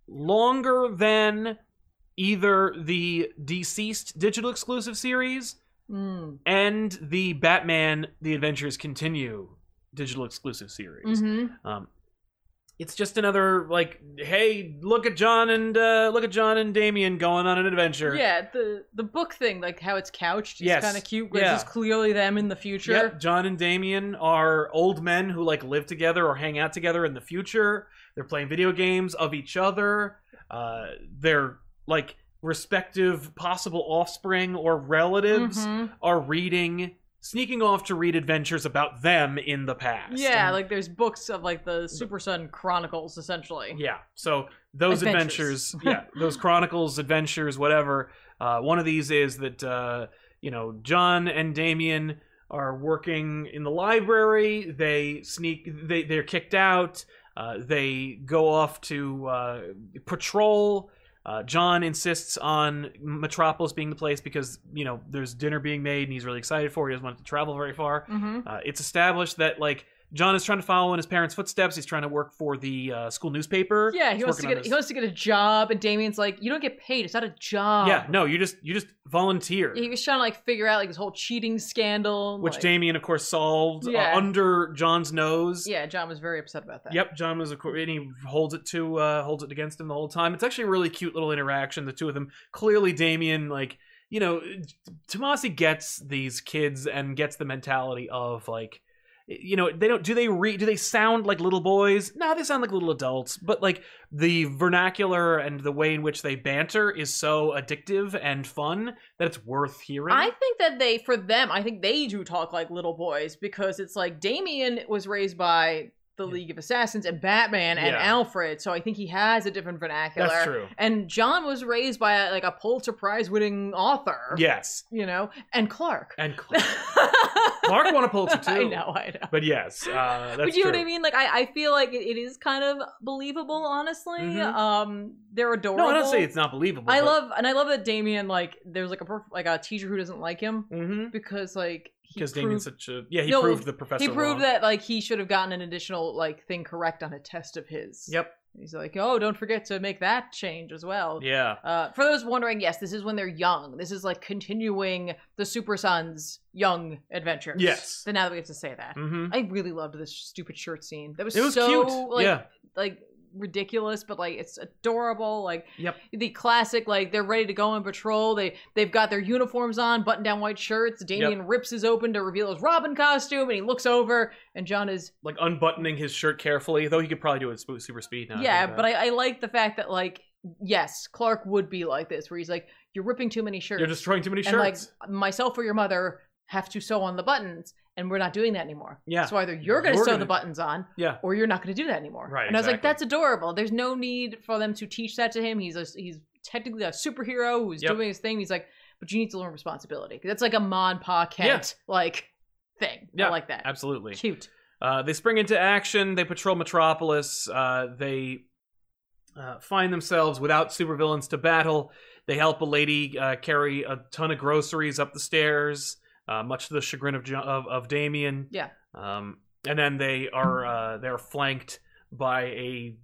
longer than either the deceased digital exclusive series Mm. and the Batman The Adventures Continue digital exclusive series. Mhm. Um, it's just another like, hey, look at John and uh, look at John and Damien going on an adventure. Yeah, the the book thing, like how it's couched, is Yes, kind of cute. Where yeah. it's just clearly them in the future. Yep, John and Damien are old men who like live together or hang out together in the future. They're playing video games of each other. Uh, their like respective possible offspring or relatives Mhm. are reading, sneaking off to read adventures about them in the past. Yeah, And- like there's books of like the Super Sun Chronicles, essentially. Yeah. So those adventures, Adventures. yeah, those chronicles, adventures, whatever. Uh, one of these is that uh, you know John and Damien are working in the library. They sneak. They they're kicked out. Uh, they go off to uh, patrol. Uh, John insists on Metropolis being the place because you know there's dinner being made and he's really excited for. It. He doesn't want to travel very far. hmm Uh, it's established that like John is trying to follow in his parents' footsteps. He's trying to work for the uh, school newspaper. Yeah, he He's wants to working get on he his- wants to get a job, and Damien's like, "You don't get paid. It's not a job." yeah, no, you just you just volunteer, he was trying to like figure out like this whole cheating scandal. which like- Damien of course solved uh, Yeah. under John's nose. Yeah, John was very upset about that. Yep, John was of course, and he holds it to uh, holds it against him the whole time. It's actually a really cute little interaction, the two of them. Clearly, Damien, like you know, Tomasi gets these kids and gets the mentality of like, you know, they don't do they re do they sound like little boys? No, they sound like little adults. But like the vernacular and the way in which they banter is so addictive and fun that it's worth hearing. I think that they, for them, I think they do talk like little boys because it's like Damien was raised by the Yeah. League of Assassins and Batman and Yeah. Alfred, so I think he has a different vernacular. That's true. And John was raised by like a Pulitzer Prize winning author. Yes, You know, and Clark. and Clark, Clark won a Pulitzer too. I know, I know. But yes, uh, that's but you true. know what I mean? Like, I, I feel like it, it is kind of believable, honestly. Mhm. Um, they're adorable. No, I don't say it's not believable. I love, and I love that Damien, like, there's like a perf- like a teacher who doesn't like him because because like mm-hmm, he proved, Damien's such a yeah. He No, proved the professor. he wrong. proved that like he should have gotten an additional like thing correct on a test of his. Yep. He's like, oh, don't forget to make that change as well. Yeah. Uh, for those wondering, yes, this is when they're young. This is like continuing the Super Sons' young adventures. Yes. So now that we get to say that, Mm-hmm. I really loved this stupid shirt scene. That was, It was so cute. like yeah. like ridiculous but like it's adorable like Yep. the classic like they're ready to go on patrol they they've got their uniforms on button down white shirts damien rips his open to reveal his robin costume and he looks over and john is Like unbuttoning his shirt carefully, though he could probably do it at sp- super speed now. yeah but I, I like the fact that like yes clark would be like this where he's like you're ripping too many shirts you're destroying too many and shirts. like myself or your mother have to sew on the buttons, and we're not doing that anymore. Yeah. So either you're going to You're sew gonna- the buttons on, Yeah. or you're not going to do that anymore. Right, And I was like, exactly. that's adorable. There's no need for them to teach that to him. He's a, he's technically a superhero who's Yep. doing his thing. He's like, but you need to learn responsibility. That's like a Mod Pa Kent like thing. Yeah, I like that. Absolutely. Cute. Uh, they spring into action. They patrol Metropolis. Uh, they uh, find themselves without supervillains to battle. They help a lady uh, carry a ton of groceries up the stairs, uh, much to the chagrin of jo- of, of Damien. Yeah. Um, and then they are uh, they're flanked by a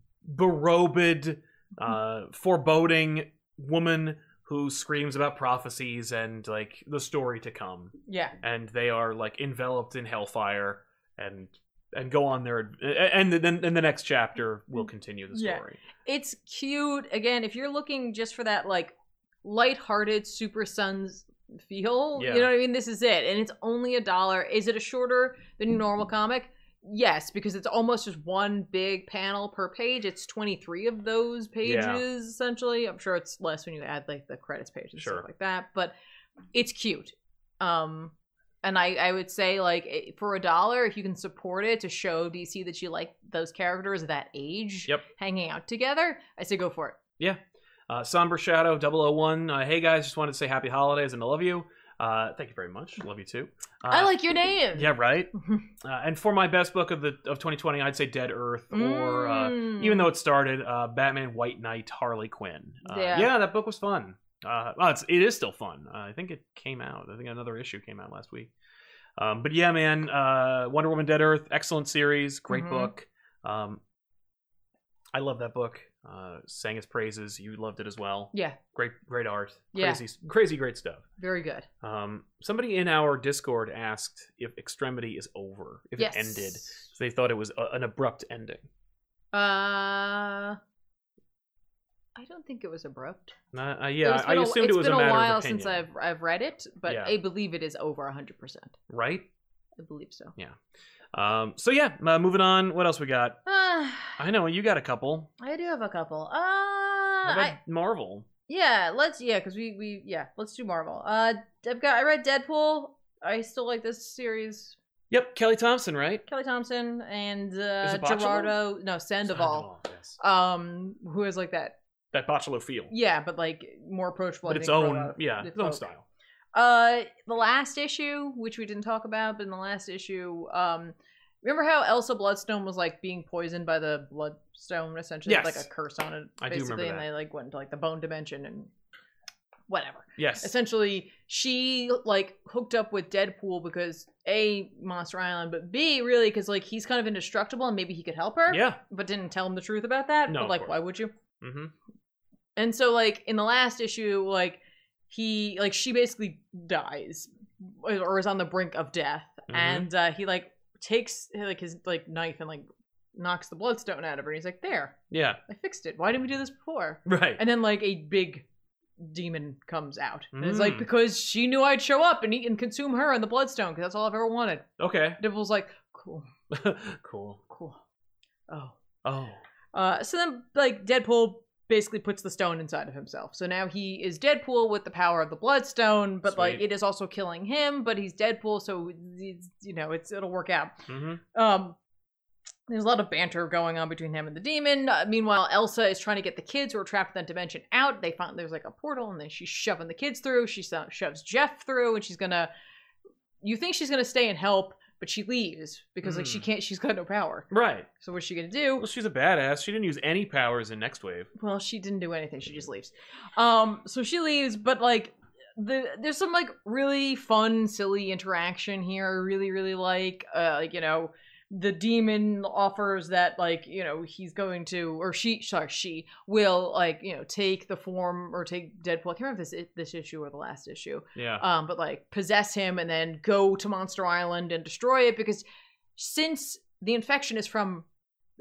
berobed, uh, foreboding woman who screams about prophecies and like the story to come Yeah. and they are like enveloped in hellfire and and go on their and then in the next chapter will continue the Yeah. story. It's cute. Again, if you're looking just for that like lighthearted Super Sons feel, Yeah. you know what I mean? This is it. And it's only a dollar. Is it a shorter than your normal comic? Yes, because it's almost just one big panel per page. It's 23 of those pages Yeah. essentially. I'm sure it's less when you add like the credits page and Sure. stuff like that, but it's cute. Um and I, I would say like it- for a dollar if you can support it to show dc that you like those characters of that age Yep. hanging out together i say go for it Uh, Somber Shadow 001. Uh, hey guys, just wanted to say happy holidays and I love you. Uh, thank you very much. Love you too. Uh, i like your name Yeah, right. Uh, and for my best book of the of 2020, I'd say Dead Earth or uh, Mm. even though it started uh, Batman White Knight Harley Quinn. Uh, Yeah. that book was fun. Uh, well, it's, it is still fun. Uh, I think it came out. I think another issue came out last week. Um, but yeah, man, uh, Wonder Woman Dead Earth, excellent series, great Mhm. book. Um, I love that book. Uh, sang its praises. You loved it as well. yeah Great, great art. Yeah. Crazy, crazy, great stuff. Mm. very good Um, somebody in our Discord asked if Extremity is over, if yes it ended. They thought it was a, an abrupt ending. uh i don't think it was abrupt Uh, uh, yeah, It's I been a- assumed it was it's a been matter a while of opinion, since i've i've read it but Yeah. i believe it is over 100 percent right? i believe so Um, so yeah, uh, moving on. What else we got? Ah, I know you got a couple. I do have a couple. Uh, What about I, Marvel? Yeah, let's yeah, because we we yeah, let's do Marvel. Uh, I've got I read Deadpool. I still like this series. Yep, Kelly Thompson, right? Kelly Thompson and uh, it Botchalo? Gerardo no Sandoval, Sandoval, yes. um, who has like that That Botchalo feel, yeah, but like more approachable. but I its think, own, Gerardo. yeah, the its own folk. style. Uh, the last issue, which we didn't talk about, but in the last issue, um, remember how Elsa Bloodstone was like being poisoned by the Bloodstone, essentially with, Yes. like a curse on it, I do basically, remember and that. they like went into like the bone dimension and whatever. Yes, essentially she like hooked up with Deadpool because a Monster Island, but b really because like he's kind of indestructible and maybe he could help her. yeah. But didn't tell him the truth about that. No, but of like, course. why would you? hmm And so like in the last issue, like he like she basically dies or is on the brink of death, Mhm. and uh, he like takes like his like knife and like knocks the bloodstone out of her. And he's like, "There, Yeah, I fixed it. Why didn't we do this before?" right. And then like a big demon comes out. And it's Mm. like because she knew I'd show up and eat and consume her and the bloodstone because that's all I've ever wanted. okay, Devil's like, cool, cool. cool. Oh. Oh, Uh, so then like Deadpool basically puts the stone inside of himself. So now he is Deadpool with the power of the bloodstone, but like Sweet. it is also killing him, but he's Deadpool, so it's, you know, it's it'll work out. hmm Um, there's a lot of banter going on between him and the demon. Uh, meanwhile, Elsa is trying to get the kids who are trapped in that dimension out. They find there's like a portal, and then she's shoving the kids through. She so- shoves Jeff through, and she's gonna. You think she's gonna stay and help, but she leaves because like she Mm. can't. She's got no power. right. So what's she gonna do? Well, she's a badass. She didn't use any powers in Next Wave. Well, she didn't do anything. She just leaves. Um, so she leaves, but like. The, there's some like really fun, silly interaction here. I really, really like, uh, like you know, the demon offers that like you know he's going to or she sorry she will like you know take the form or take Deadpool. I can't remember if this this issue or the last issue. Yeah. Um, but like possess him and then go to Monster Island and destroy it because since the infection is from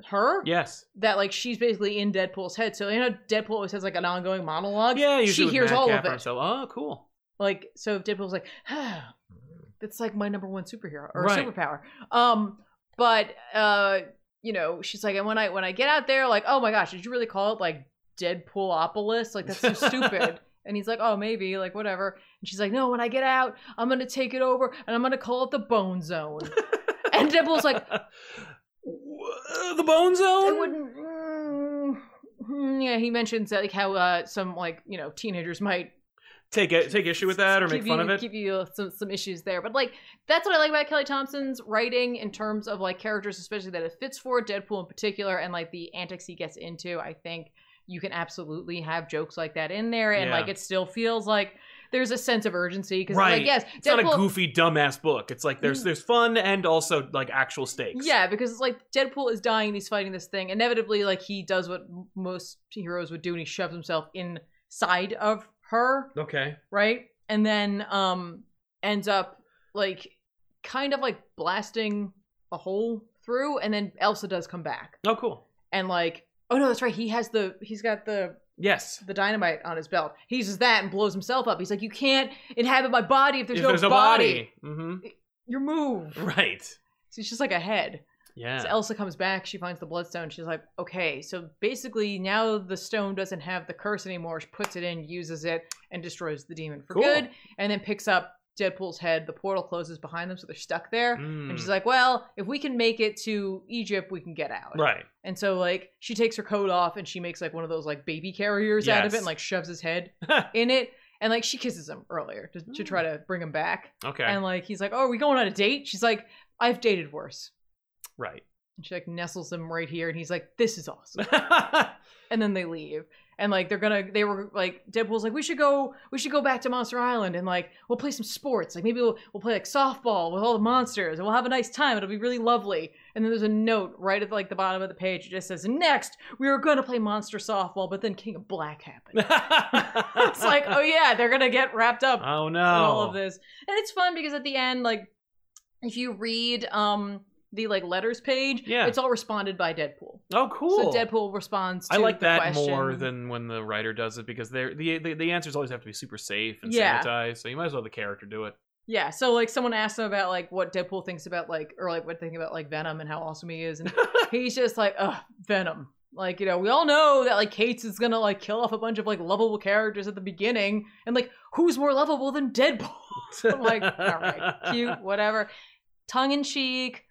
her, yes. that like she's basically in Deadpool's head. So you know Deadpool always has like an ongoing monologue. Yeah. Usually uh, she with hears all Madcap of or it. himself. Oh, cool. Like so Deadpool's like, ah, that's like my number one superhero or Right. superpower. Um, but uh, you know, she's like, and when I when I get out there, like, oh my gosh, did you really call it like Deadpoolopolis? Like that's so stupid. And he's like, oh, maybe, like, whatever. And she's like, no, when I get out, I'm going to take it over and I'm going to call it the Bone Zone. and Deadpool's like, "Uh, the Bone Zone. I wouldn't. mm, mm, yeah, he mentions like how uh, some like you know teenagers might take it, take issue with that or make give fun you, of it. Give you some some issues there, but like that's what I like about Kelly Thompson's writing in terms of like characters, especially that it fits for Deadpool in particular, and like the antics he gets into. I think you can absolutely have jokes like that in there, and Yeah. like it still feels like there's a sense of urgency because Right. like yes, it's not a goofy, dumbass book. It's like there's there's fun and also like actual stakes. Mm. Yeah, because it's like Deadpool is dying, and he's fighting this thing. Inevitably, like he does what m- most heroes would do, and he shoves himself inside of her, Okay. right? And then um ends up like kind of like blasting a hole through, and then Elsa does come back Oh, cool. and like, oh no, that's right, he has the he's got the Yes. the dynamite on his belt. He uses that and blows himself up. He's like, you can't inhabit my body if there's, If no, body. Mhm. Your move. Mm-hmm. Right. So it's just like a head. Yeah. So Elsa comes back, she finds the bloodstone, she's like, okay, so basically now the stone doesn't have the curse anymore. She puts it in, uses it, and destroys the demon for Cool. good, and then picks up Deadpool's head. The portal closes behind them, so they're stuck there. Mm. And she's like, well, if we can make it to Egypt, we can get out. right. And so, like, she takes her coat off and she makes, like, one of those, like, baby carriers out of it Yes. and, like, shoves his head in it. And, like, she kisses him earlier to, to try to bring him back. Mm. Okay. And, like, he's like, oh, are we going on a date? She's like, I've dated worse. right. And she like nestles him right here, and he's like, "This is awesome." and then they leave, and like they're gonna, they were like, Deadpool's like, "We should go, we should go back to Monster Island, and like we'll play some sports. Like maybe we'll we'll play like softball with all the monsters, and we'll have a nice time. It'll be really lovely." And then there's a note right at like the bottom of the page. It just says, "Next, we were gonna play monster softball, but then King of Black happened." it's it's like, oh yeah, they're gonna get wrapped up Oh no. and all of this. And it's fun because at the end, like if you read um the like letters page, Yeah. it's all responded by Deadpool. Oh cool. So Deadpool responds to I like the that question. more than when the writer does it because they're, the, the the answers always have to be super safe and Yeah. sanitized, so you might as well have the character do it. Yeah, so like someone asked him about like what Deadpool thinks about like or like what they think about like Venom and how awesome he is and he's just like, Ugh, Venom. Like, you know, we all know that like Kate's is gonna like kill off a bunch of like lovable characters at the beginning and like who's more lovable than Deadpool? I'm like, all right, cute, whatever. Tongue in cheek,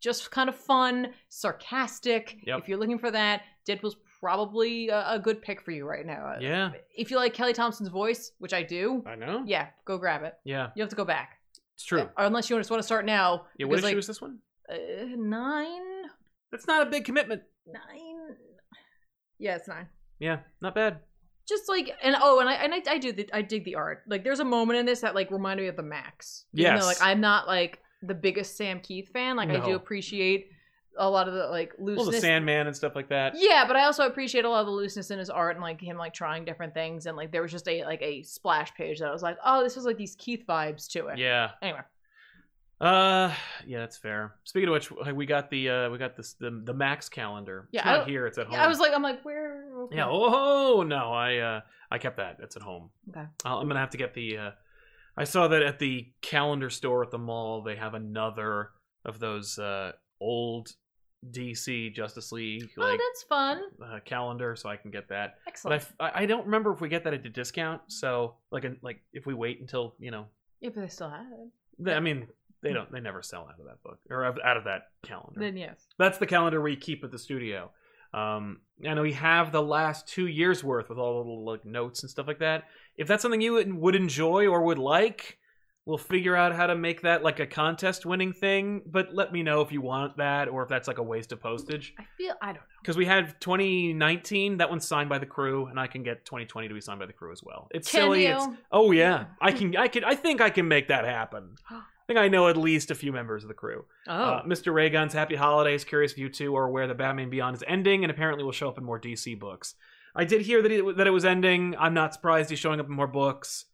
just kind of fun, sarcastic. Yep. If you're looking for that, Deadpool's probably a, a good pick for you right now. Yeah, If you like Kelly Thompson's voice, which I do, I know. Yeah, yeah, go grab it. You have to go back. it's true. Or unless you just want to start now. Yeah, what because, issue like, is this one? uh, nine? That's not a big commitment. Nine? Yeah, it's nine. Yeah, not bad. Just like and oh, and I and I, I do the I dig the art. Like there's a moment in this that like reminded me of the Max. Even Yes. Though, like I'm not like the biggest Sam Keith fan. Like I No. do appreciate a lot of the like Well, looseness. the Sandman and stuff like that. yeah, but I also appreciate a lot of the looseness in his art and like him like trying different things and like there was just a like a splash page that I was like, oh, this was like these Keith vibes to it. Yeah. Anyway, Uh, yeah, that's fair. Speaking of which, uh, we got the uh, we got this the, the Max calendar. Yeah, it's not I- here. It's at home. yeah, I was like, I'm like, where? okay. Yeah. Oh no, I uh, I kept that. It's at home. Okay. i I'm gonna have to get the. Uh, I saw that at the calendar store at the mall. They have another of those uh, old DC Justice League oh, like that's Oh. fun. uh, calendar, so I can get that. But I Excellent. f- I, I don't remember if we get that at a discount. So like in- like if we wait until you know, yeah, but they still have it. th- I mean they don't they never sell out of that book or out of that calendar. Then yes. That's the calendar we keep at the studio. Um, and we have the last two years worth with all the little like notes and stuff like that. If that's something you would- would enjoy or would like, we'll figure out how to make that like a contest winning thing. But let me know if you want that or if that's like a waste of postage. I feel I don't know. Because we had 2019, that one's signed by the crew, and I can get 2020 to be signed by the crew as well. It's Can silly. you? It's oh yeah, I can I can I think I can make that happen. I think I know at least a few members of the crew. oh. Uh, Mr. Raygun's Happy Holidays, Curious View 2 are where the Batman Beyond is ending and apparently will show up in more DC books. I did hear that it, that it was ending. I'm not surprised he's showing up in more books.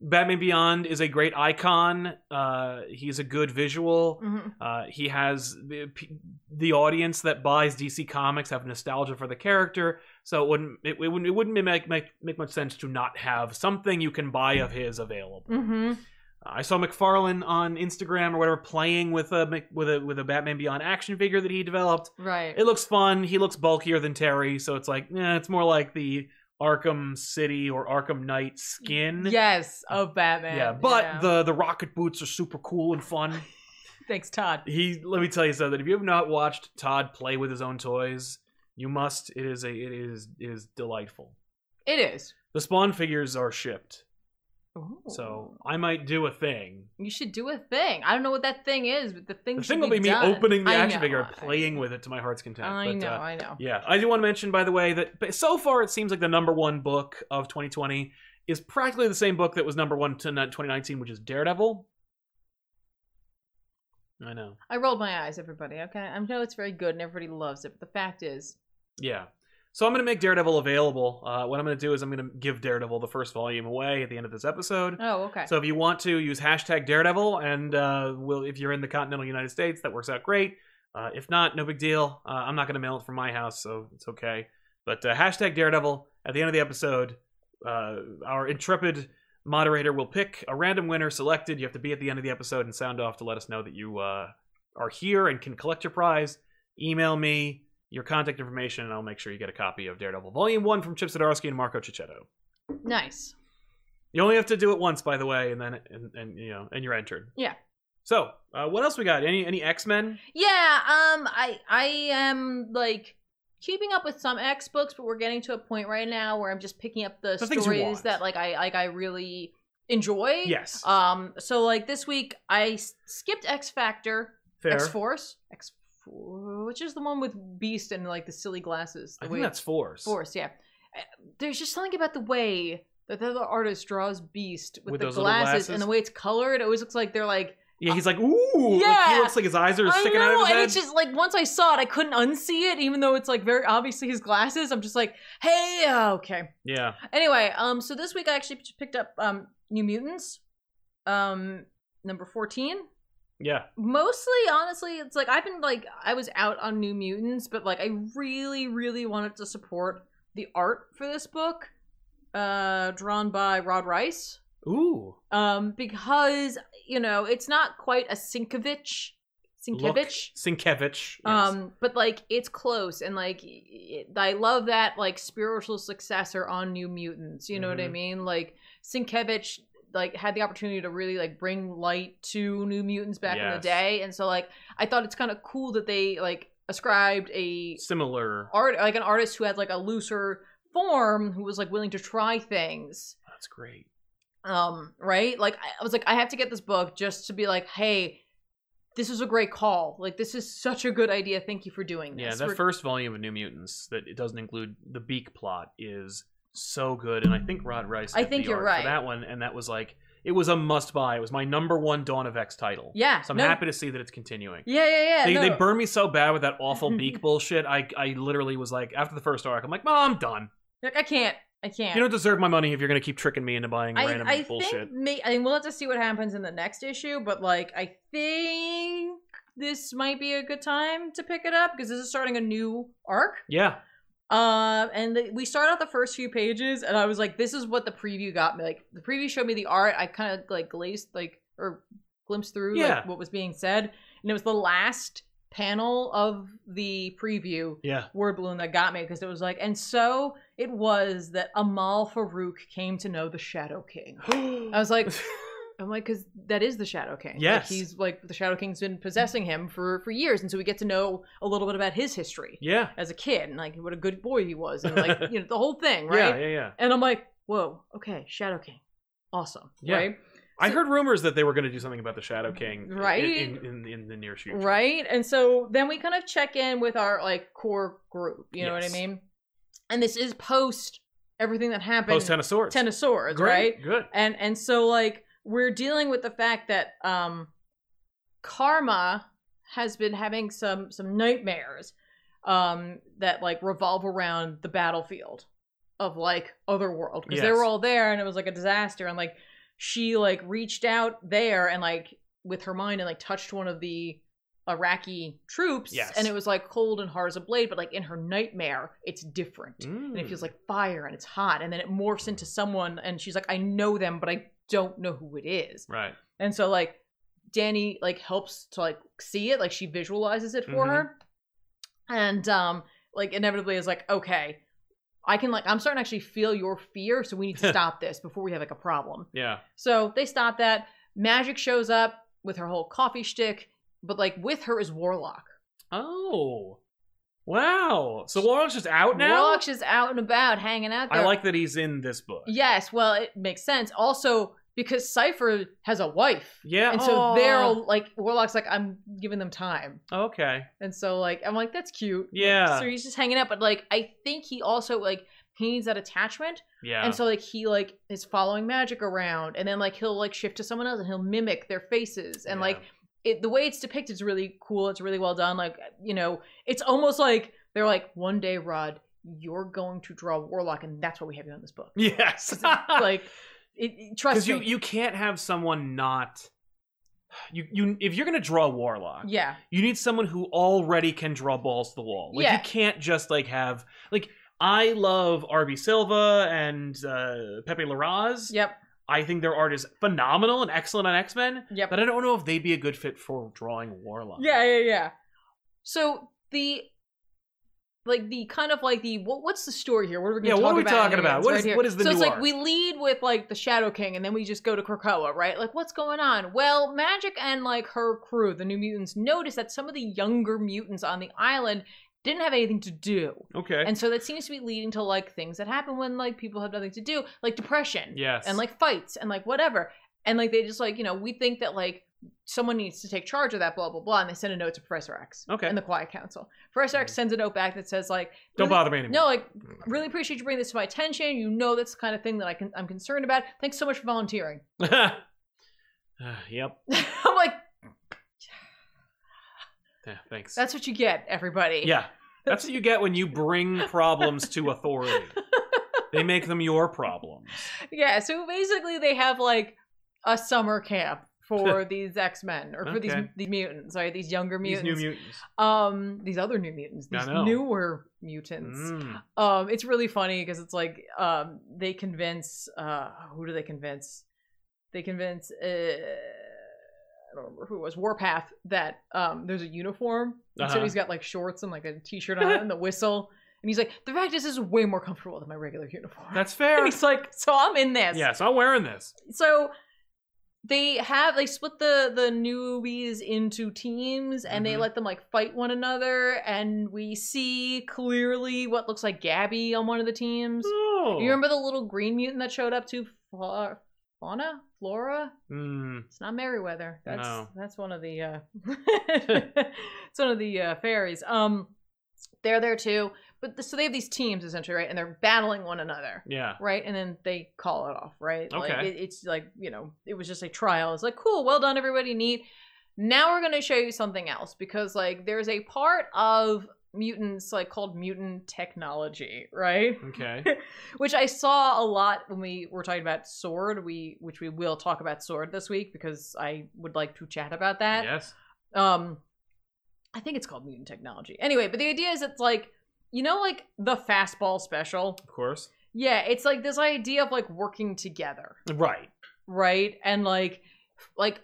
Batman Beyond is a great icon. Uh, he's a good visual. Mhm. Uh, he has the, p- the audience that buys DC Comics have nostalgia for the character, so it wouldn't it, it wouldn't it wouldn't make, make make much sense to not have something you can buy of his available. Mm-hmm. I saw McFarlane on Instagram or whatever playing with a Mc- with a with a Batman Beyond action figure that he developed. Right. It looks fun. He looks bulkier than Terry, so it's like, eh, it's more like the Arkham City or Arkham Knight skin. Uh, Yes, of Batman. Yeah, but yeah. the the rocket boots are super cool and fun. thanks, Todd. He let me tell you something. If you have not watched Todd play with his own toys, you must. It is a it is it is delightful. It is. The Spawn figures are shipped, Ooh. so I might do a thing. you should do a thing. I don't know what that thing is, but the thing. The should thing will be me done. opening the I action know, figure and I- playing with it to my heart's content. I but, know. uh, I know. yeah, I do want to mention, by the way, that but so far it seems like the number one book of 2020 is practically the same book that was number one to 2019, which is Daredevil. I know. I rolled my eyes, everybody. Okay, I know it's very good and everybody loves it, but the fact is, Yeah. So I'm going to make Daredevil available. Uh, what I'm going to do is I'm going to give Daredevil the first volume away at the end of this episode. oh, okay. So if you want to use hashtag Daredevil, and uh, will if you're in the continental United States, that works out great. Uh, if not, no big deal. Uh, I'm not going to mail it from my house, so it's okay. But uh, hashtag Daredevil at the end of the episode, uh, our intrepid moderator will pick a random winner selected. You have to be at the end of the episode and sound off to let us know that you uh, are here and can collect your prize. Email me your contact information, and I'll make sure you get a copy of Daredevil Volume One from Chip Zdarsky and Marco Cicchetto. nice. You only have to do it once, by the way, and then and, and you know and you're entered. Yeah. So uh, what else we got? Any any X Men? Yeah, um, I I am like keeping up with some X books, but we're getting to a point right now where I'm just picking up the, The things you stories want. that like I like I really enjoy. Yes. Um, so like this week I s- skipped X Factor, Fair. X Force, X, which is the one with Beast and like the silly glasses. The I way- think that's Force. Force, yeah. Uh, There's just something about the way that the other artist draws Beast with, With the those glasses, little glasses? and the way it's colored. It always looks like they're like Yeah, he's like ooh. Like, Uh, Yeah. he looks like his eyes are I sticking know, out of his and head. it's just like once I saw it, I couldn't unsee it, even though it's like very obviously his glasses. I'm just like, hey, uh, okay. Yeah. Anyway, um, so this week I actually p- picked up um New Mutants, um, number fourteen. Yeah. Mostly, honestly, it's like I've been like I was out on New Mutants, but like I really, really wanted to support the art for this book, uh, drawn by Rod Rice Ooh. um, because you know it's not quite a Sinkovich, Look, Sinkovich, Sienkiewicz. Yes. um, but like it's close, and like it, I love that like spiritual successor on New Mutants. You know what I Mhm. mean? Like Sienkiewicz like had the opportunity to really like bring light to New Mutants back in the Yes. day, and so like I thought it's kind of cool that they like ascribed a similar. art like an artist who had like a looser form who was like willing to try things That's great. um right like I- i was like i have to get this book just to be like hey this is a great call like this is such a good idea thank you for doing this Yeah, that We're- first volume of New Mutants that it doesn't include the Beak plot is so good, and I think Rod Rice. I did think the you're art right. for that one, and that was like it was a must buy. It was my number one Dawn of X title. yeah So I'm no- happy to see that it's continuing. yeah yeah yeah they, they no. burned me so bad with that awful beak bullshit. I, I literally was like, after the first arc, I'm like, Mom, I'm done. like i can't i can't You don't deserve my money if you're going to keep tricking me into buying I, random I bullshit. think may, I mean, we'll have to see what happens in the next issue, but like I think this might be a good time to pick it up because this is starting a new arc. Yeah. Um, and the, we start out the first few pages, and I was like, "This is what the preview got me." Like the preview showed me the art. I kind of like glazed, like or glimpsed through Yeah. like, what was being said, and it was the last panel of the preview Yeah. word balloon that got me because it was like, and so it was that Amal Farouk came to know the Shadow King. I was like, I'm like, because that is the Shadow King. Like, Yes. he's like the Shadow King's been possessing him for for years, and so we get to know a little bit about his history yeah. as a kid and like what a good boy he was and like you know the whole thing right Yeah, yeah, yeah. and i'm like whoa okay shadow king awesome Yeah. right I So- Mm, heard rumors that they were going to do something about the Shadow King, in- Right? in, in, in the near future, right and so then we kind of check in with our like core group you know what i Yes. mean and this is post everything that happened Post Ten of Swords, ten of swords Great. right Good. and and so like we're dealing with the fact that um karma has been having some some nightmares um that like revolve around the battlefield of like otherworld because they Yes. were all there and it was like a disaster and like she like reached out there and like with her mind and like touched one of the Iraqi troops Yes. and it was like cold and hard as a blade but like in her nightmare it's different and it Mm. feels like fire and it's hot and then it morphs into someone and she's like i know them but i don't know who it is right. and so like danny like helps to like see it like she visualizes it for her and um like inevitably is like okay I can like I'm starting to actually feel your fear, so we need to stop this before we have like a problem. Yeah. So they stop that. Magic shows up with her whole coffee shtick, but like with her is Warlock. Oh. Wow. So Warlock's just out now? Warlock's just out and about, hanging out there. Oh, I like that he's in this book. Yes, well, it makes sense. Also, because Cipher has a wife, Yeah. oh. and so aw. they're like Warlock's like I'm giving them time, Okay. and so like I'm like that's cute. Yeah. So he's just hanging out, but like I think he also like he needs that attachment, yeah. and so like he like is following magic around, and then like he'll like shift to someone else and he'll mimic their faces, and Yeah. like it the way it's depicted is really cool. It's really well done. Like you know, it's almost like they're like one day, Rod, you're going to draw Warlock, and that's why we have you on this book. Yes. like it, it- trust you me. you can't have someone not you you if you're gonna draw Warlock, yeah, you need someone who already can draw balls to the wall. Like Yeah. you can't just like have like I love Arby Silva and uh, Pepe Larraz. yep, I think their art is phenomenal and excellent on X Men, yep. but I don't know if they'd be a good fit for drawing Warlock. Yeah, yeah, yeah. So the like the kind of like the what, what's the story here? What are we Yeah, what are going to talk we about? talking in about? advance What right is- here? what is the So new it's like arc? we lead with like the Shadow King, and then we just go to Krakoa, right? Like what's going on? Well, Magic and like her crew, the New Mutants, noticed that some of the younger mutants on the island didn't have anything to do, Okay. and so that seems to be leading to like things that happen when like people have nothing to do, like depression yes. and like fights and like whatever. And like they just like, you know, we think that like someone needs to take charge of that, blah, blah, blah. And they send a note to Professor X Okay. and the Quiet Council. Professor X sends a note back that says, like, don't really- bother me anymore. No, like, really appreciate you bringing this to my attention. You know, that's the kind of thing that I can, I'm concerned about. Thanks so much for volunteering. Ah, yep. I'm like, Yeah, thanks. that's what you get, everybody. yeah. That's what you get when you bring problems to authority. they make them your problems. Yeah. So basically, they have like a summer camp for these X Men or for these, Okay. these mutants, right? These younger mutants. These new mutants. um, these other new mutants, I these know. newer mutants. Mm. um it's really funny because it's like um they convince uh who do they convince they convince uh i don't remember who it was warpath that um there's a uniform and so Uh-huh. he's got like shorts and like a t-shirt on and the whistle and he's like the fact is this is way more comfortable than my regular uniform That's and fair. he's like so i'm in this Yes, I'm wearing this. so they have they split the the newbies into teams and they Mhm. let them like fight one another and we see clearly what looks like gabby on one of the teams Oh. you remember the little green mutant that showed up too Fla- fauna flora Mm. it's not merriweather that's No. that's one of the uh it's one of the uh fairies um they're there too but the, so they have these teams essentially right and they're battling one another Yeah. right? And then they call it off, right? Like Okay. it, it's like, you know, it was just a trial. It's like, cool, well done, everybody, neat. Now we're gonna show you something else because like there's a part of mutants like called mutant technology, right? Okay. Which I saw a lot when we were talking about sword. We which we will talk about sword this week because I would like to chat about that yes. um i think it's called mutant technology anyway but the idea is it's like you know like the fastball special Of course. yeah it's like this idea of like working together Right. right and like like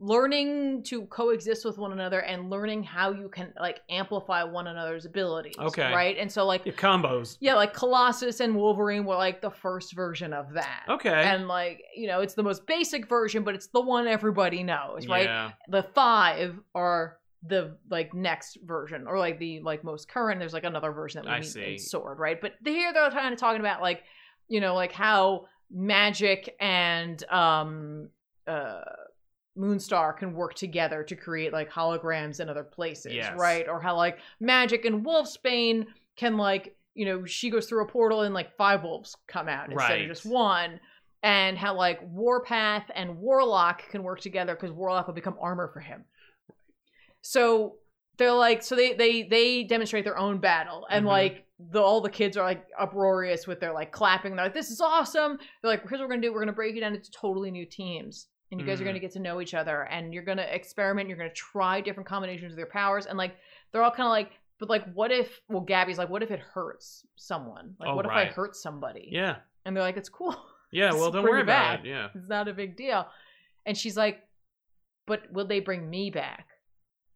learning to coexist with one another and learning how you can like amplify one another's abilities Okay. right and so like Yeah, combos. yeah like colossus and wolverine were like the first version of that Okay. and like you know it's the most basic version but it's the one everybody knows right Yeah. the five are the like next version or like the like most current there's like another version that we I meet see. in sword right but here they're kind of talking about like you know like how magic and um uh moonstar can work together to create like holograms in other places Yes. right or how like magic and wolfsbane can like you know she goes through a portal and like five wolves come out instead Right. of just one and how like Warpath and Warlock can work together because Warlock will become armor for him. So they're like, so they they they demonstrate their own battle, and Mhm. like the all the kids are like uproarious with their like clapping. They're like, "This is awesome!" They're like, "Here's what we're gonna do: we're gonna break you down into totally new teams." And you guys are Mm. going to get to know each other and you're going to experiment. You're going to try different combinations of your powers. And like, they're all kind of like, but like, what if, well, Gabby's like, what if it hurts someone? Like, Oh, what if I right. hurt somebody? Yeah. And they're like, it's cool. Yeah. Well, Just don't bring worry it about back. it. Yeah. It's not a big deal. And she's like, but will they bring me back?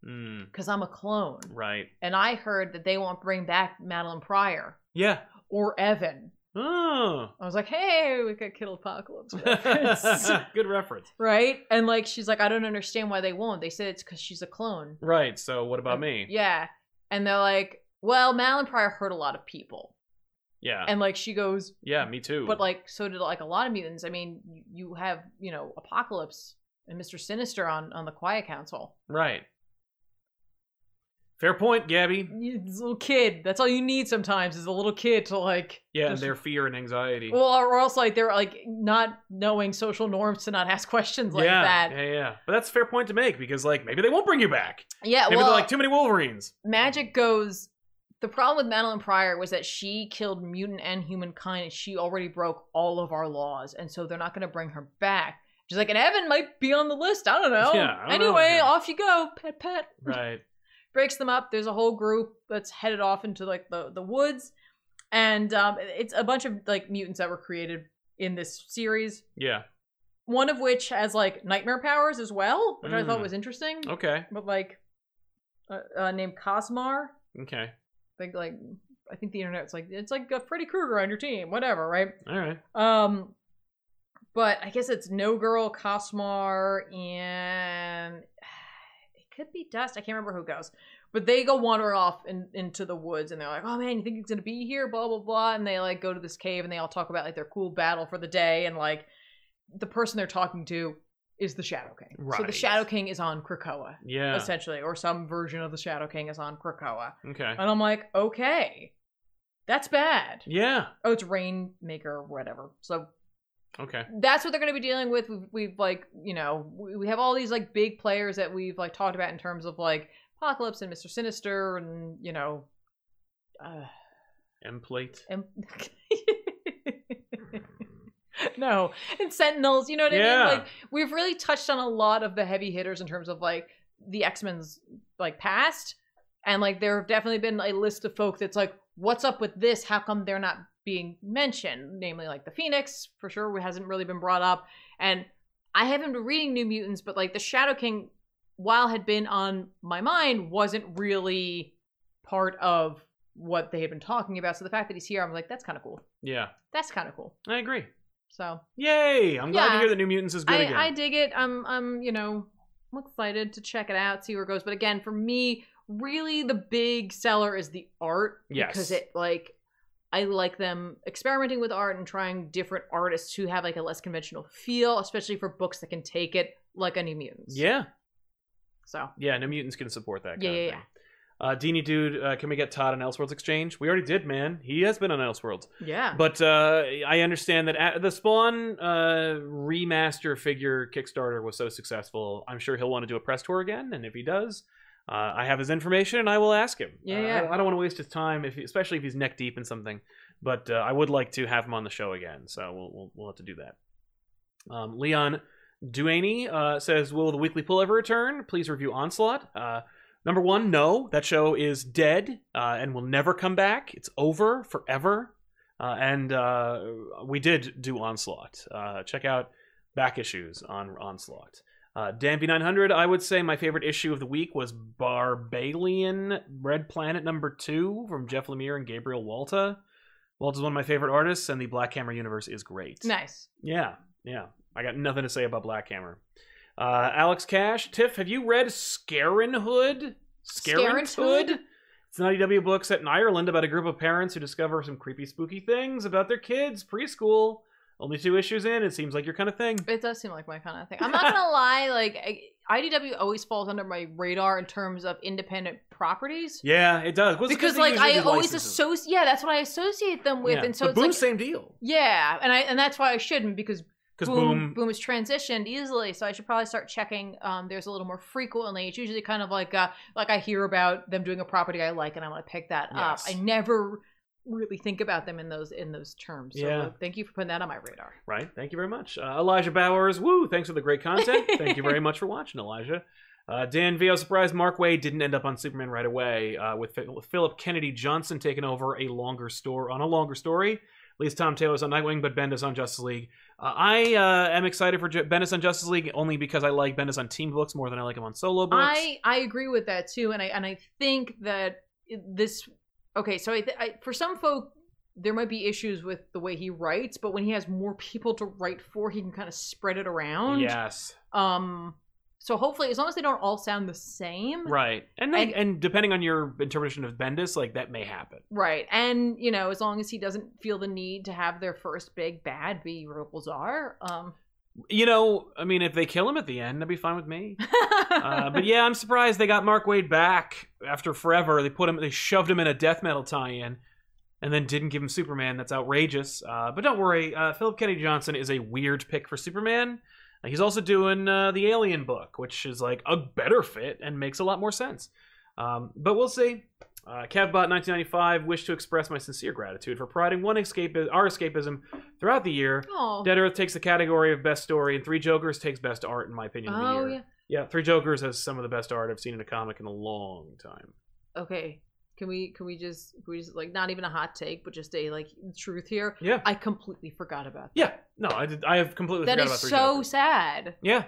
Mm. Because I'm a clone. Right. And I heard that they won't bring back Madeline Pryor. Yeah. or Evan. Oh. I was like, hey, we got Kid Apocalypse reference. Good reference. right? And like, she's like, I don't understand why they won't. They said it's because she's a clone. Right. So what about me? Um, Yeah. And they're like, well, Malin Pryor hurt a lot of people. Yeah. And like, she goes, yeah. Me too. but like, so did like a lot of mutants. I mean, you- you have, you know, Apocalypse and Mr. Sinister on, on the Quiet Council. right. Fair point, Gabby. You- This little kid. That's all you need sometimes is a little kid to like. Yeah, and just- their fear and anxiety. Well, or else like they're like not knowing social norms to not ask questions like yeah, that. yeah, yeah. But that's a fair point to make because, like, maybe they won't bring you back. Yeah, Maybe well, they're like too many Wolverines. Magic goes. The problem with Madeline Pryor was that she killed mutant and humankind, and she already broke all of our laws, and so they're not going to bring her back. She's like, and Evan might be on the list. I don't know. Yeah, I don't know. anyway, off you go, pet, pet. Right. breaks them up. There's a whole group that's headed off into like the the woods, and um, it's a bunch of like mutants that were created in this series. Yeah. One of which has like nightmare powers as well, which I thought Mm. was interesting. Okay. But like, uh, uh, named Cosmar. Okay. Like, like I think the internet's like it's like a Freddy Krueger on your team, whatever, right? All right. Um, but I guess it's No Girl, Cosmar, and it could be Dust. I can't remember who goes. But they go wandering off in, into the woods, and they're like, "Oh man, you think he's gonna be here?" Blah blah blah. And they like go to this cave, and they all talk about like their cool battle for the day, and like the person they're talking to is the Shadow King. So the Right. Shadow King is on Krakoa, Yeah. essentially, or some version of the Shadow King is on Krakoa. Okay. And I'm like, okay, that's bad. Yeah. Oh, it's Rainmaker, or whatever. So Okay. that's what they're going to be dealing with. We've, we've like, you know, we we have all these like big players that we've like talked about in terms of like Apocalypse and Mister Sinister and you know, uh, M plate. and no, and Sentinels. You know what I Yeah. mean? Like we've really touched on a lot of the heavy hitters in terms of like the X Men's like past, and like there have definitely been a list of folk that's like, what's up with this? How come they're not being mentioned? Namely, like the Phoenix for sure hasn't really been brought up, and I haven't been reading New Mutants, but like the Shadow King, while had been on my mind, wasn't really part of what they had been talking about. So the fact that he's here, I'm like, that's kind of cool. Yeah. That's kind of cool. I agree. So Yay! I'm glad to Yeah. hear that New Mutants is good again. I, I dig it. I'm I'm you know I'm excited to check it out, see where it goes. But again, for me, really the big seller is the art. Yes. Because it like I like them experimenting with art and trying different artists who have like a less conventional feel, especially for books that can take it like any mutants. yeah. So Yeah. New Mutants can support that. Kind Yeah, Of yeah, thing. Uh, Deanie dude, uh, can we get Todd on Elseworlds Exchange? We already did, man. He has been on Elseworlds. yeah. But uh, I understand that a the Spawn uh, remaster figure Kickstarter was so successful. I'm sure he'll want to do a press tour again, and if he does, uh, I have his information and I will ask him. Yeah, Uh, I- yeah. I, don't want to waste his time, if he, especially if he's neck deep in something. But uh, I would like to have him on the show again, so we'll we'll, we'll have to do that. Um, Leon Duaney uh, says, "Will the weekly pull ever return? Please review Onslaught." Uh, number one, no, that show is dead uh, and will never come back. It's over forever. Uh, and uh, we did do Onslaught. Uh, check out back issues on Onslaught. Uh, Danby 900, I would say my favorite issue of the week was Barbalian Red Planet number two from Jeff Lemire and Gabriel Walta. Walta's one of my favorite artists, and the Black Hammer universe is great. nice. Yeah, yeah. I got nothing to say about Black Hammer. Uh, Alex Cash, Tiff, have you read Scarenhood? Scarenhood? It's an IDW book set in Ireland about a group of parents who discover some creepy, spooky things about their kids preschool. Only two issues in. It seems like your kind of thing. It does seem like my kind of thing. I'm not gonna lie, like I, IDW always falls under my radar in terms of independent properties. Yeah, it does. Well, it's because they like usually I do always licenses. associate. Yeah, that's what I associate them with, Yeah. and so but it's Boom's like same deal. yeah, and I and that's why I shouldn't because Because boom, Boom, boom is transitioned easily, so I should probably start checking. Um, there's a little more frequently. It's usually kind of like uh like I hear about them doing a property I like, and I want to pick that Yes. up. I never really think about them in those in those terms. So Yeah. uh, thank you for putting that on my radar. Right. Thank you very much. Uh, Elijah Bowers, woo, thanks for the great content. Thank you very much for watching, Elijah. Uh, Dan V, I was surprised Mark Way didn't end up on Superman right away, uh, with, Ph- with Philip Kennedy Johnson taking over a longer store on a longer story. At least Tom Taylor's on Nightwing, but Bendis on Justice League. Uh, I uh, am excited for J- Bendis on Justice League only because I like Bendis on team books more than I like him on solo books. I I agree with that too, and I and I think that this okay. So I, th- I for some folk there might be issues with the way he writes, but when he has more people to write for, he can kind of spread it around. Yes. Um. So hopefully, as long as they don't all sound the same, Right. And, then, And- and depending on your interpretation of Bendis, like that may happen. Right. And, you know, as long as he doesn't feel the need to have their first big bad be Rogelzar. Um You know, I mean, if they kill him at the end, that'd be fine with me. Uh, but yeah, I'm surprised they got Mark Wade back after forever. They put him, they shoved him in a death metal tie-in, and then didn't give him Superman. That's outrageous. Uh, but don't worry, uh, Philip Kennedy Johnson is a weird pick for Superman. Uh, He's also doing uh, the Alien book, which is like a better fit and makes a lot more sense. Um, but we'll see. Uh, Cavbot1995 wish to express my sincere gratitude for providing one escape our escapism throughout the year. oh, Dead Earth takes the category of best story, and Three Jokers takes best art, in my opinion. Of the oh year. yeah. Yeah, Three Jokers has some of the best art I've seen in a comic in a long time. Okay. Can we can we just can we just like not even a hot take, but just a like truth here? Yeah, I completely forgot about yeah. No, I did, I have completely that. That forgot is about Three so Jokers. sad. Yeah,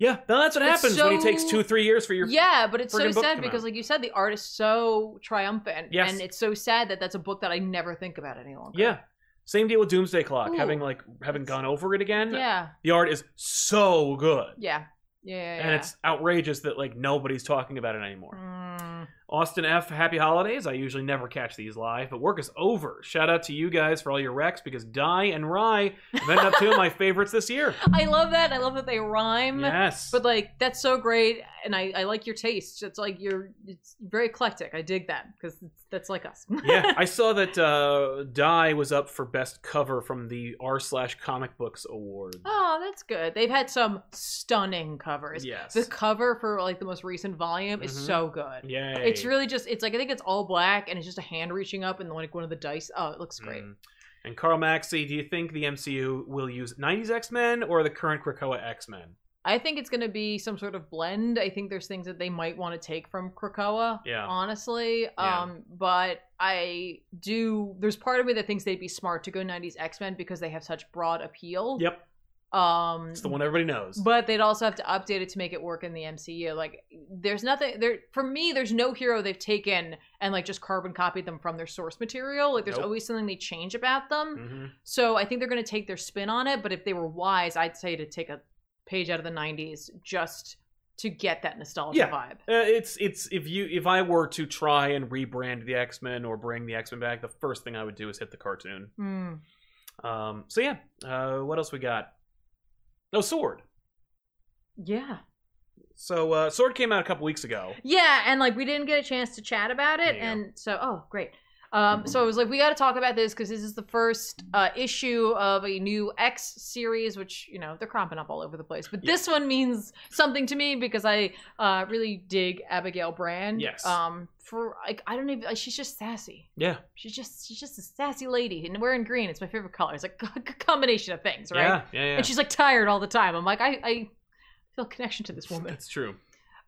yeah. No, that's what It's happens when it so- takes two, three years for your. yeah, but it's so friggin' book to sad come because out. like you said, the art is so triumphant. Yes. And it's so sad that that's a book that I never think about any longer. Yeah. Same deal with Doomsday Clock. Ooh. Having like having That's- gone over it again, Yeah. the art is so good, Yeah. Yeah. yeah, and it's outrageous that like nobody's talking about it anymore. Mm. Austin F, happy holidays. I usually never catch these live, but work is over. Shout out to you guys for all your recs because Die and Rye have ended up two of my favorites this year. I love that. I love that they rhyme. Yes. But like that's so great, and I, I like your taste. It's like you're it's very eclectic. I dig that because that's like us. yeah, I saw that uh, Die was up for best cover from the R slash Comic Books Award. oh, that's good. They've had some stunning covers. yes. The cover for like the most recent volume is Mhm. so good. Yay. It's really just it's like I think it's all black and it's just a hand reaching up and like one of the dice. Oh, it looks great. Mm. And Carl Maxey, do you think the MCU will use 90s X Men or the current Krakoa X Men? I think it's going to be some sort of blend. I think there's things that they might want to take from Krakoa, Yeah. honestly. Yeah. Um, but I do. There's part of me that thinks they'd be smart to go '90s X-Men because they have such broad appeal. Yep, Um, it's the one everybody knows. but they'd also have to update it to make it work in the MCU. Like, there's nothing there for me. There's no hero they've taken and like just carbon copied them from their source material. Like, there's Nope. always something they change about them. Mhm. So I think they're going to take their spin on it. But if they were wise, I'd say to take a page out of the '90s just to get that nostalgia Yeah. vibe. Uh, it's it's if you if I were to try and rebrand the X Men or bring the X Men back, the first thing I would do is hit the cartoon. Mm. Um, so yeah, uh, what else we got? Oh, Sword. Yeah, So uh, Sword came out a couple weeks ago. yeah, and like we didn't get a chance to chat about There it, you go. and so oh great. Um, so I was like, we got to talk about this because this is the first uh, issue of a new X series, which you know they're cropping up all over the place. But Yeah. this one means something to me because I uh, really dig Abigail Brand. Yes. Um, for like I don't even like, she's just sassy. Yeah, She's just she's just a sassy lady, and we're in green. It's my favorite color. It's like a combination of things, right? yeah, yeah, yeah. And she's like tired all the time. I'm like, I, I feel a connection to this woman. That's true.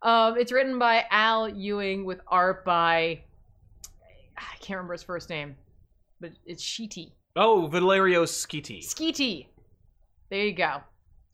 um, it's written by Al Ewing with art by I can't remember his first name, but it's Sheety. Oh, Valerio Schiti. Skeety. There you go.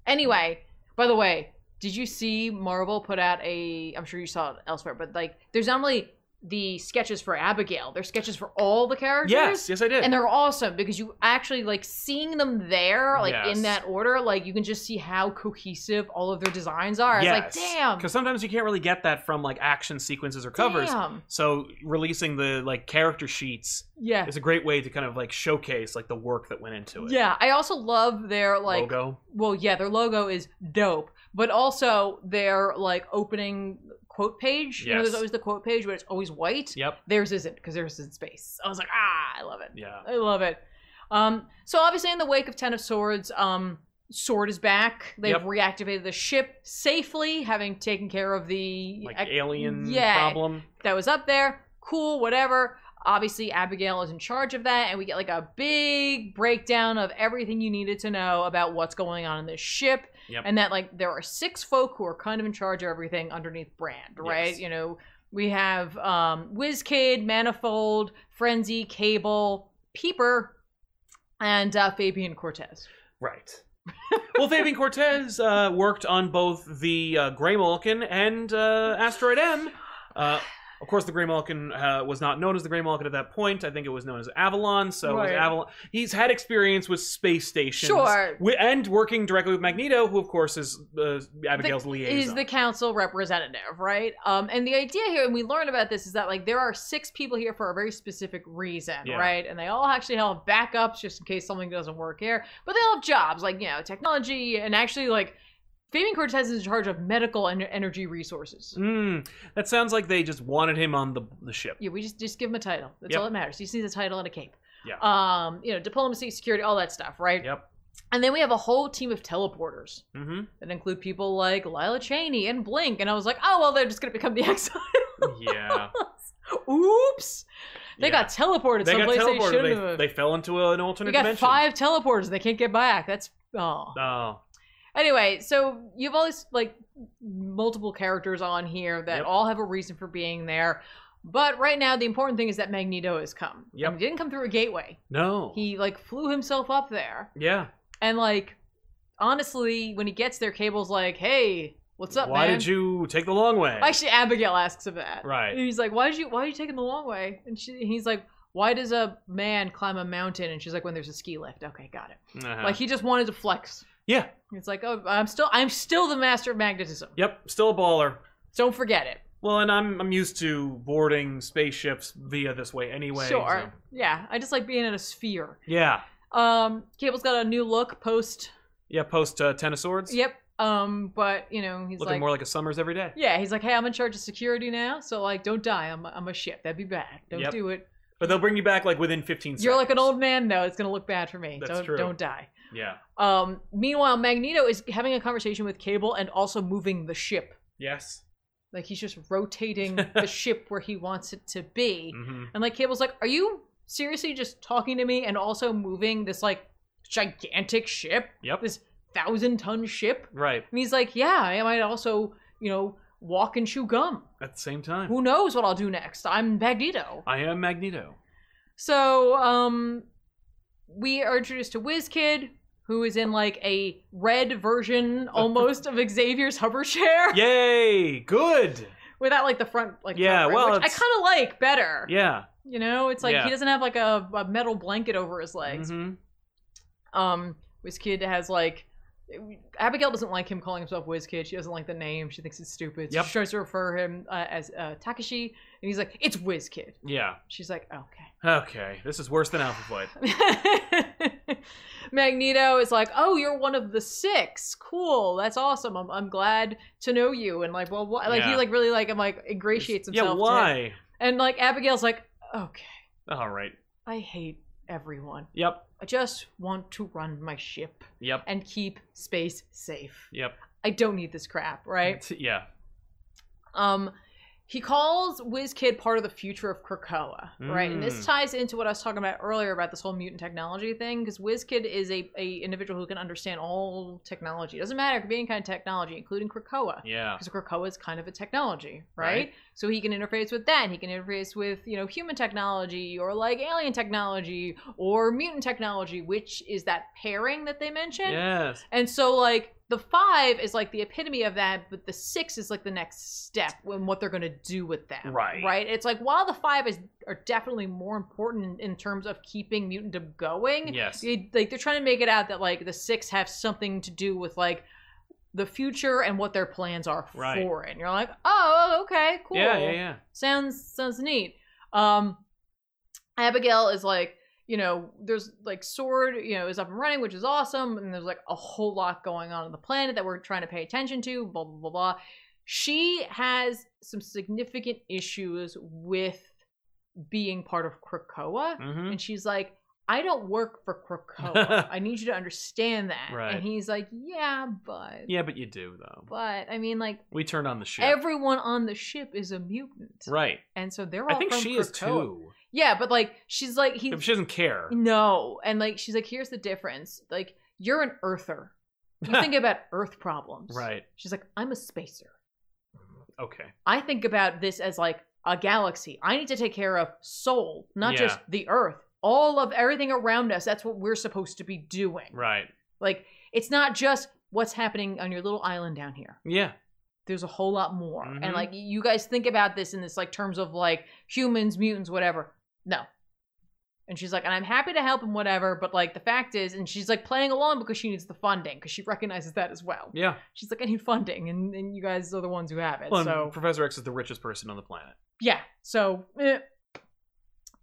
Anyway, by the way, did you see Marvel put out a? I'm sure you saw it elsewhere, but like, there's not only the sketches for Abigail, there's sketches for all the characters Yes, yes, I did. and they're awesome because you actually like seeing them there like Yes. in that order like you can just see how cohesive all of their designs are it's like damn Because sometimes you can't really get that from like action sequences or covers. damn. So releasing the like character sheets yeah is a great way to kind of like showcase like the work that went into it. yeah i also love their like logo. well yeah their logo is dope but also their like opening quote page you know there's Yes. always the quote page but it's always white Yep. theirs isn't because theirs is in space i was like ah i love it Yeah. I love it. Um, so obviously, in the wake of Ten of Swords, um, Sword is back. They've Yep. reactivated the ship safely, having taken care of the Like ex- alien yeah. problem. that was up there. Cool, whatever. Obviously, Abigail is in charge of that, and we get like a big breakdown of everything you needed to know about what's going on in this ship. Yep. And that, like, there are six folk who are kind of in charge of everything underneath Brand, right? Yes. You know, we have um, WizKid, Manifold, Frenzy, Cable, Peeper, and uh, Fabian Cortez. Right. well, Fabian Cortez uh, worked on both the uh, Grey Malkin and uh, Asteroid M. Uh, Of course, the Grey Malkin uh, was not known as the Grey Malkin at that point. I think it was known as Avalon. So it was Right. Avalon. He's had experience with space stations, Sure. wi- and working directly with Magneto, who of course is uh, Abigail's liaison. is the council representative, right? Um, and the idea here, and we learn about this, is that like there are six people here for a very specific reason, Yeah. right? And they all actually have backups just in case something doesn't work here, but they all have jobs like you know technology and actually like Fabian Cortez is in charge of medical and energy resources. Mm, that sounds like they just wanted him on the the ship. Yeah, we just just give him a title. That's Yep. all that matters. He just needs a title and a cape. Yeah. Um, you know, diplomacy, security, all that stuff, right? Yep. And then we have a whole team of teleporters Mm-hmm. that include people like Lila Cheney and Blink. And I was like, oh well, they're just gonna become the exiles. Yeah. Oops. They Yeah. got teleported They got someplace they teleported. shouldn't They- have. They, fell into a- an we alternate got dimension. five teleporters. They can't get back. That's oh. Oh. Anyway, so you have all these like multiple characters on here that Yep. all have a reason for being there. But right now, the important thing is that Magneto has come. Yep. And he didn't come through a gateway. No. He like flew himself up there, yeah. and like honestly, when he gets there, Cable's like, "Hey, what's up, Why man?" did you take the long way? Actually, Abigail asks him that. Right. And he's like, "Why did you? Why are you taking the long way?" And she, he's like, "Why does a man climb a mountain?" And she's like, "When there's a ski lift." Okay, got it. Uh-huh. Like he just wanted to flex. yeah. It's like, "Oh, I'm still, I'm still the master of magnetism. Yep. Still a baller. Don't forget it." Well, and I'm I'm used to boarding spaceships via this way anyway. sure. so- Yeah, I just like being in a sphere. Yeah. Um, Cable's got a new look post. Yeah. Post uh, Ten of Swords. Yep. Um, but you know he's Looking like. more like a Summers every day. yeah, he's like, hey, I'm in charge of security now, so like, don't die. I'm, I'm a ship. That'd be bad. Don't Yep. do it. But they'll bring you back like within 15 seconds. You're like an old man now. It's gonna look bad for me. That's don't, true. don't die. Yeah. Um, meanwhile, Magneto is having a conversation with Cable and also moving the ship. Yes. Like he's just rotating the ship where he wants it to be. hmm And like Cable's like, "Are you seriously just talking to me and also moving this like gigantic ship, Yep. this thousand ton ship?" Right. And he's like, "Yeah, I might also, you know, walk and chew gum. At the same time. Who knows what I'll do next? I'm Magneto." I am Magneto. So, um, we are introduced to WizKid, who is in like a red version almost of Xavier's hover chair Yay! Good. without like the front, like Yeah, cover, well, which I it's- kind of like better. Yeah. You know, it's like Yeah. he doesn't have like a, a metal blanket over his legs. hmm Mm-hmm. Um, WizKid has like. Abigail doesn't like him calling himself WizKid. She doesn't like the name. She thinks it's stupid. Yep. She tries to refer him uh, as uh, Takashi, and he's like, "It's WizKid." Yeah. She's like, "Okay." Okay, this is worse than Alpha Flight. Magneto is like, "Oh, you're one of the six. Cool. That's awesome. I'm, I'm glad to know you." And like, well, why? like he Yeah. like really like I'm like ingratiates yeah, himself. to him. why? And like Abigail's like, "Okay, All right. I hate everyone. Yep. I just want to run my ship Yep. and keep space safe. Yep. I don't need this crap, right?" Yeah. Um, he calls WizKid part of the future of Krakoa, right? And this Mm. ties into what I was talking about earlier about this whole mutant technology thing, because WizKid is a, a individual who can understand all technology. It doesn't matter, it could be any kind of technology, including Krakoa. Yeah. Because Krakoa is kind of a technology, right? Right. So he can interface with that. and He can interface with, you know, human technology or like alien technology or mutant technology, which is that pairing that they mentioned. Yes. And so like the five is like the epitome of that, but the six is like the next step and what they're gonna do with that. Right. Right. It's like while the five is are definitely more important in terms of keeping mutantdom going. Yes. they- like they're trying to make it out that like the six have something to do with like the future and what their plans are Right. for it. And you're like, oh, okay, cool Yeah. Yeah. Yeah. sounds sounds neat um abigail is like you know there's like sword you know is up and running which is awesome and there's like a whole lot going on on the planet that we're trying to pay attention to blah blah blah blah she has some significant issues with being part of krakoa Mm-hmm. and she's like i don't work for krakoa i need you to understand that Right. and he's like yeah but Yeah, but you do though. but i mean like We turned on the ship. everyone on the ship is a mutant right. and so they're all I think from she is Krakoa. too. Yeah, but like she's like he If she doesn't care. no, and like she's like here's the difference. Like you're an Earther. You think about Earth problems. right. She's like I'm a spacer. Okay. I think about this as like a galaxy. I need to take care of soul, not Yeah. just the Earth. All of everything around us. That's what we're supposed to be doing. Right. Like it's not just what's happening on your little island down here. Yeah. there's a whole lot more. Mhm. And like you guys think about this in this like terms of like humans, mutants, whatever. No. And she's like, and I'm happy to help and whatever, but like the fact is, and she's like playing along because she needs the funding because she recognizes that as well. Yeah. She's like, I need funding, and, and you guys are the ones who have it. Well, and so Professor X is the richest person on the planet. yeah. So, eh.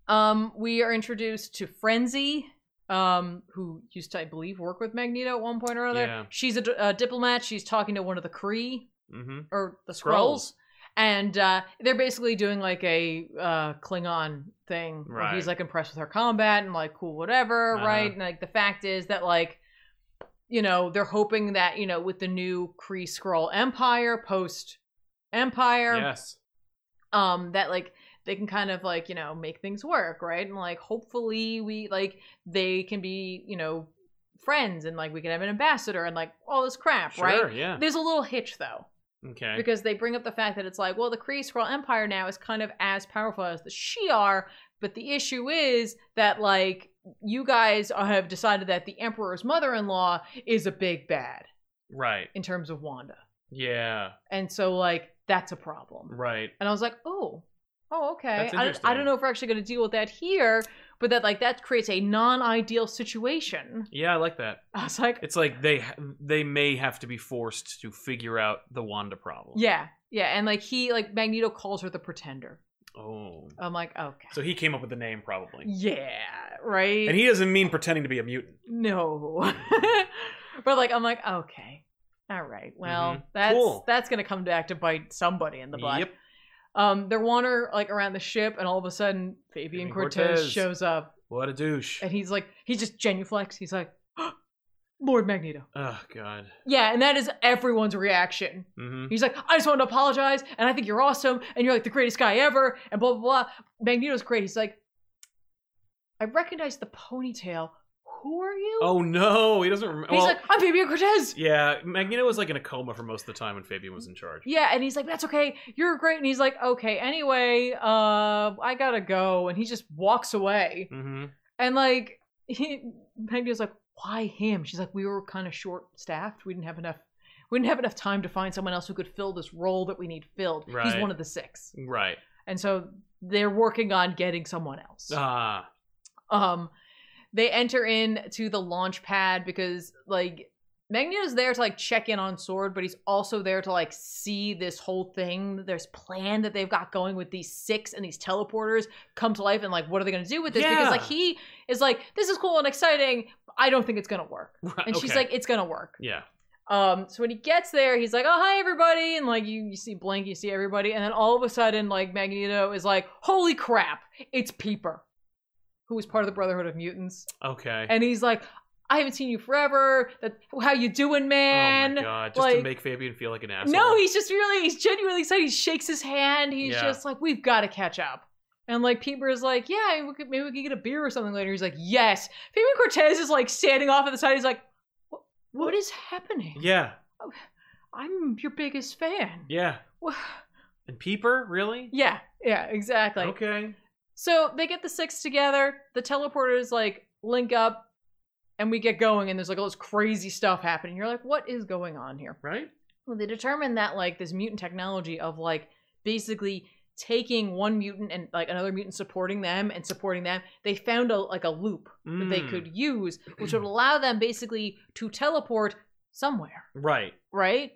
um, we are introduced to Frenzy, um, who used to, I believe, work with Magneto at one point or other. Yeah. She's a, d- a diplomat. She's talking to one of the Kree Mm-hmm. or the Skrulls, and uh, they're basically doing like a uh, Klingon thing. where Right. He's like impressed with her combat and like cool, whatever, Uh-huh. right? And like the fact is that like. You know, they're hoping that, you know, with the new Kree Skrull Empire, post Empire, Yes. um that like they can kind of like you know make things work right and like hopefully we like they can be you know friends and like we can have an ambassador and like all this crap Sure. right Yeah. there's a little hitch though Okay. because they bring up the fact that it's like well the kree Skrull empire now is kind of as powerful as the shi'ar but the issue is that like you guys have decided that the emperor's mother-in-law is a big bad right. in terms of wanda Yeah. and so like that's a problem Right. and I was like, oh, oh, okay. That's I don't, I interesting. don't know if we're actually going to deal with that here, but that like that creates a non-ideal situation. Yeah, I like that. I was like, It's like they they may have to be forced to figure out the Wanda problem. yeah, yeah, and like he like Magneto calls her the Pretender. Oh. I'm like, okay, So he came up with the name probably. yeah, right. And he doesn't mean pretending to be a mutant. no, but like I'm like, okay, all right, well Mhm. that's Cool. that's going to come back to bite somebody in the butt. Yep. Um, they're wandering like around the ship, and all of a sudden Fabian Fabian Cortez, Cortez. shows up, What a douche. and he's like, he just genuflects. He's like, Lord Magneto. Oh god. Yeah, and that is everyone's reaction. Mm-hmm. He's like, I just wanted to apologize, and I think you're awesome, and you're like the greatest guy ever, and blah, blah, blah. Magneto's great. He's like, I recognize the ponytail. Who are you? Oh no, he doesn't remember. he's like, I'm Fabian Cortez. yeah, Magneto was like in a coma for most of the time when Fabian Mm-hmm. was in charge. Yeah, and he's like, that's okay. You're great. And he's like, okay, anyway, uh, I gotta go. And he just walks away. Mm-hmm. And like, he, Magneto's like, why him? She's like, we were kind of short staffed. We didn't have enough. We didn't have enough time to find someone else who could fill this role that we need filled. He's Right. one of the six, Right. and so they're working on getting someone else. Ah. Um, they enter in to the launch pad because like Magneto's there to like check in on Sword, but he's also there to like see this whole thing. that There's plan that they've got going with these six and these teleporters come to life, and like what are they going to do with this? Because like Yeah. he is like, this is cool and exciting. I don't think it's going to work, Right, and she's okay. like, it's going to work. Yeah. Um, so when he gets there, he's like, "Oh, hi everybody!" And like you, you see blank, you see everybody, and then all of a sudden, like Magneto is like, "Holy crap! It's Peeper, who is part of the Brotherhood of Mutants," Okay. and he's like, "I haven't seen you forever. That how you doing, man?" oh my god. Just to like- make Fabian feel like an asshole. no, he's just really, he's genuinely excited. He shakes his hand. He's Yeah. just like, "We've got to catch up." And like Peeper is like, "Yeah, we could, maybe we could get a beer or something later." He's like, "Yes." Fabian Cortez is like standing off at the side. He's like, "What- "What is happening?" Yeah. I'm your biggest fan. Yeah. Wha- And Peeper, really? Yeah, yeah, exactly. okay. So they get the six together, the teleporters like link up, and we get going, and there's like all this crazy stuff happening. You're like, what is going on here? Right? Well, they determine that like this mutant technology of like basically taking one mutant and like another mutant supporting them and supporting them, they found a like a loop that they Mm, could use, which would allow them basically to teleport somewhere. Mm, Right. right?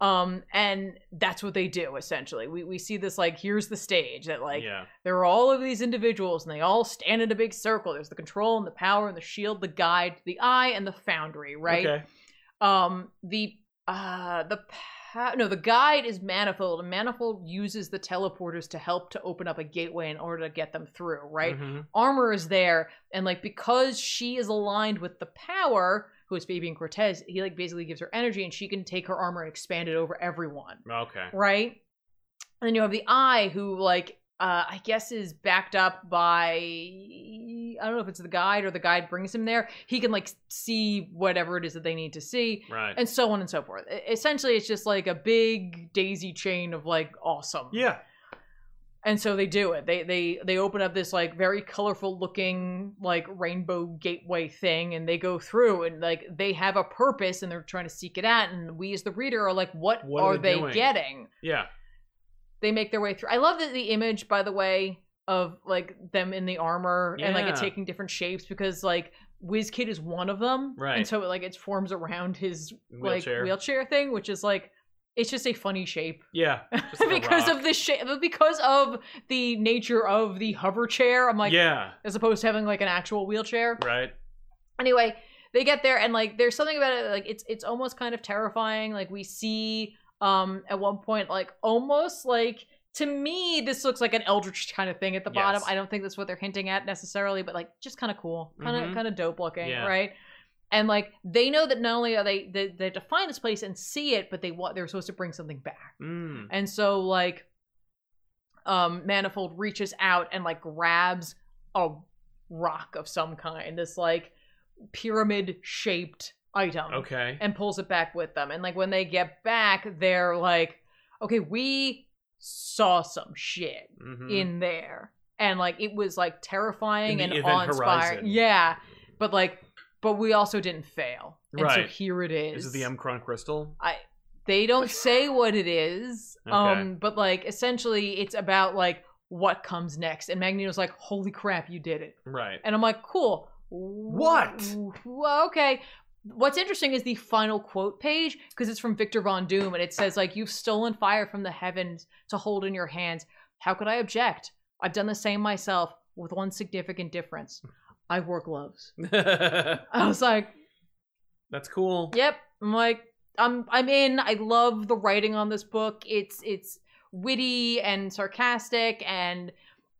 Um, and that's what they do essentially. We we see this like here's the stage that like yeah. there are all of these individuals and they all stand in a big circle. There's the control and the power and the shield, the guide, the eye, and the foundry, right? Okay. Um, the uh the pa- no the guide is manifold and manifold uses the teleporters to help to open up a gateway in order to get them through, right? Mhm. armor is there and like because she is aligned with the power who is fabian cortez he like basically gives her energy and she can take her armor and expand it over everyone Okay. right and then you have the eye who like uh i guess is backed up by i don't know if it's the guide or the guide brings him there he can like see whatever it is that they need to see Right. and so on and so forth E- essentially it's just like a big daisy chain of like awesome yeah. and so they do it they they they open up this like very colorful looking like rainbow gateway thing and they go through and like they have a purpose and they're trying to seek it out and we as the reader are like what, What are, are they they doing? getting Yeah. they make their way through i love that the image by the way of like them in the armor and like Yeah. it taking different shapes because like Wizkid is one of them Right. and so it like it forms around his Wheelchair. like wheelchair thing which is like it's just a funny shape Yeah. Just like a because rock. of the shape because of the nature of the hover chair i'm like yeah. as opposed to having like an actual wheelchair Right. anyway they get there and like there's something about it like it's it's almost kind of terrifying like we see um at one point like almost like to me this looks like an eldritch kind of thing at the bottom Yes. i don't think that's what they're hinting at necessarily but like just kind of cool kind of Mhm. kind of dope looking Yeah. right and like they know that not only are they they, they have to find this place and see it but they want they're supposed to bring something back Mm. and so like um Manifold reaches out and like grabs a rock of some kind, this like pyramid shaped item. Okay. And pulls it back with them. And like when they get back, they're like, okay, we saw some shit Mhm. in there. And like it was like terrifying In and the awe event inspiring. horizon. Yeah. But like but we also didn't fail. And so Right. here it is Is it the Omicron crystal? they don't say what it is um but like essentially it's about like what comes next and magneto's like holy crap you did it Right. and i'm like cool What? well, okay what's interesting is the final quote page because it's from victor von doom and it says like you've stolen fire from the heavens to hold in your hands how could i object i've done the same myself with one significant difference i wore gloves i was like That's cool. Yep. I'm like, I'm I'm in. I love the writing on this book. It's it's witty and sarcastic and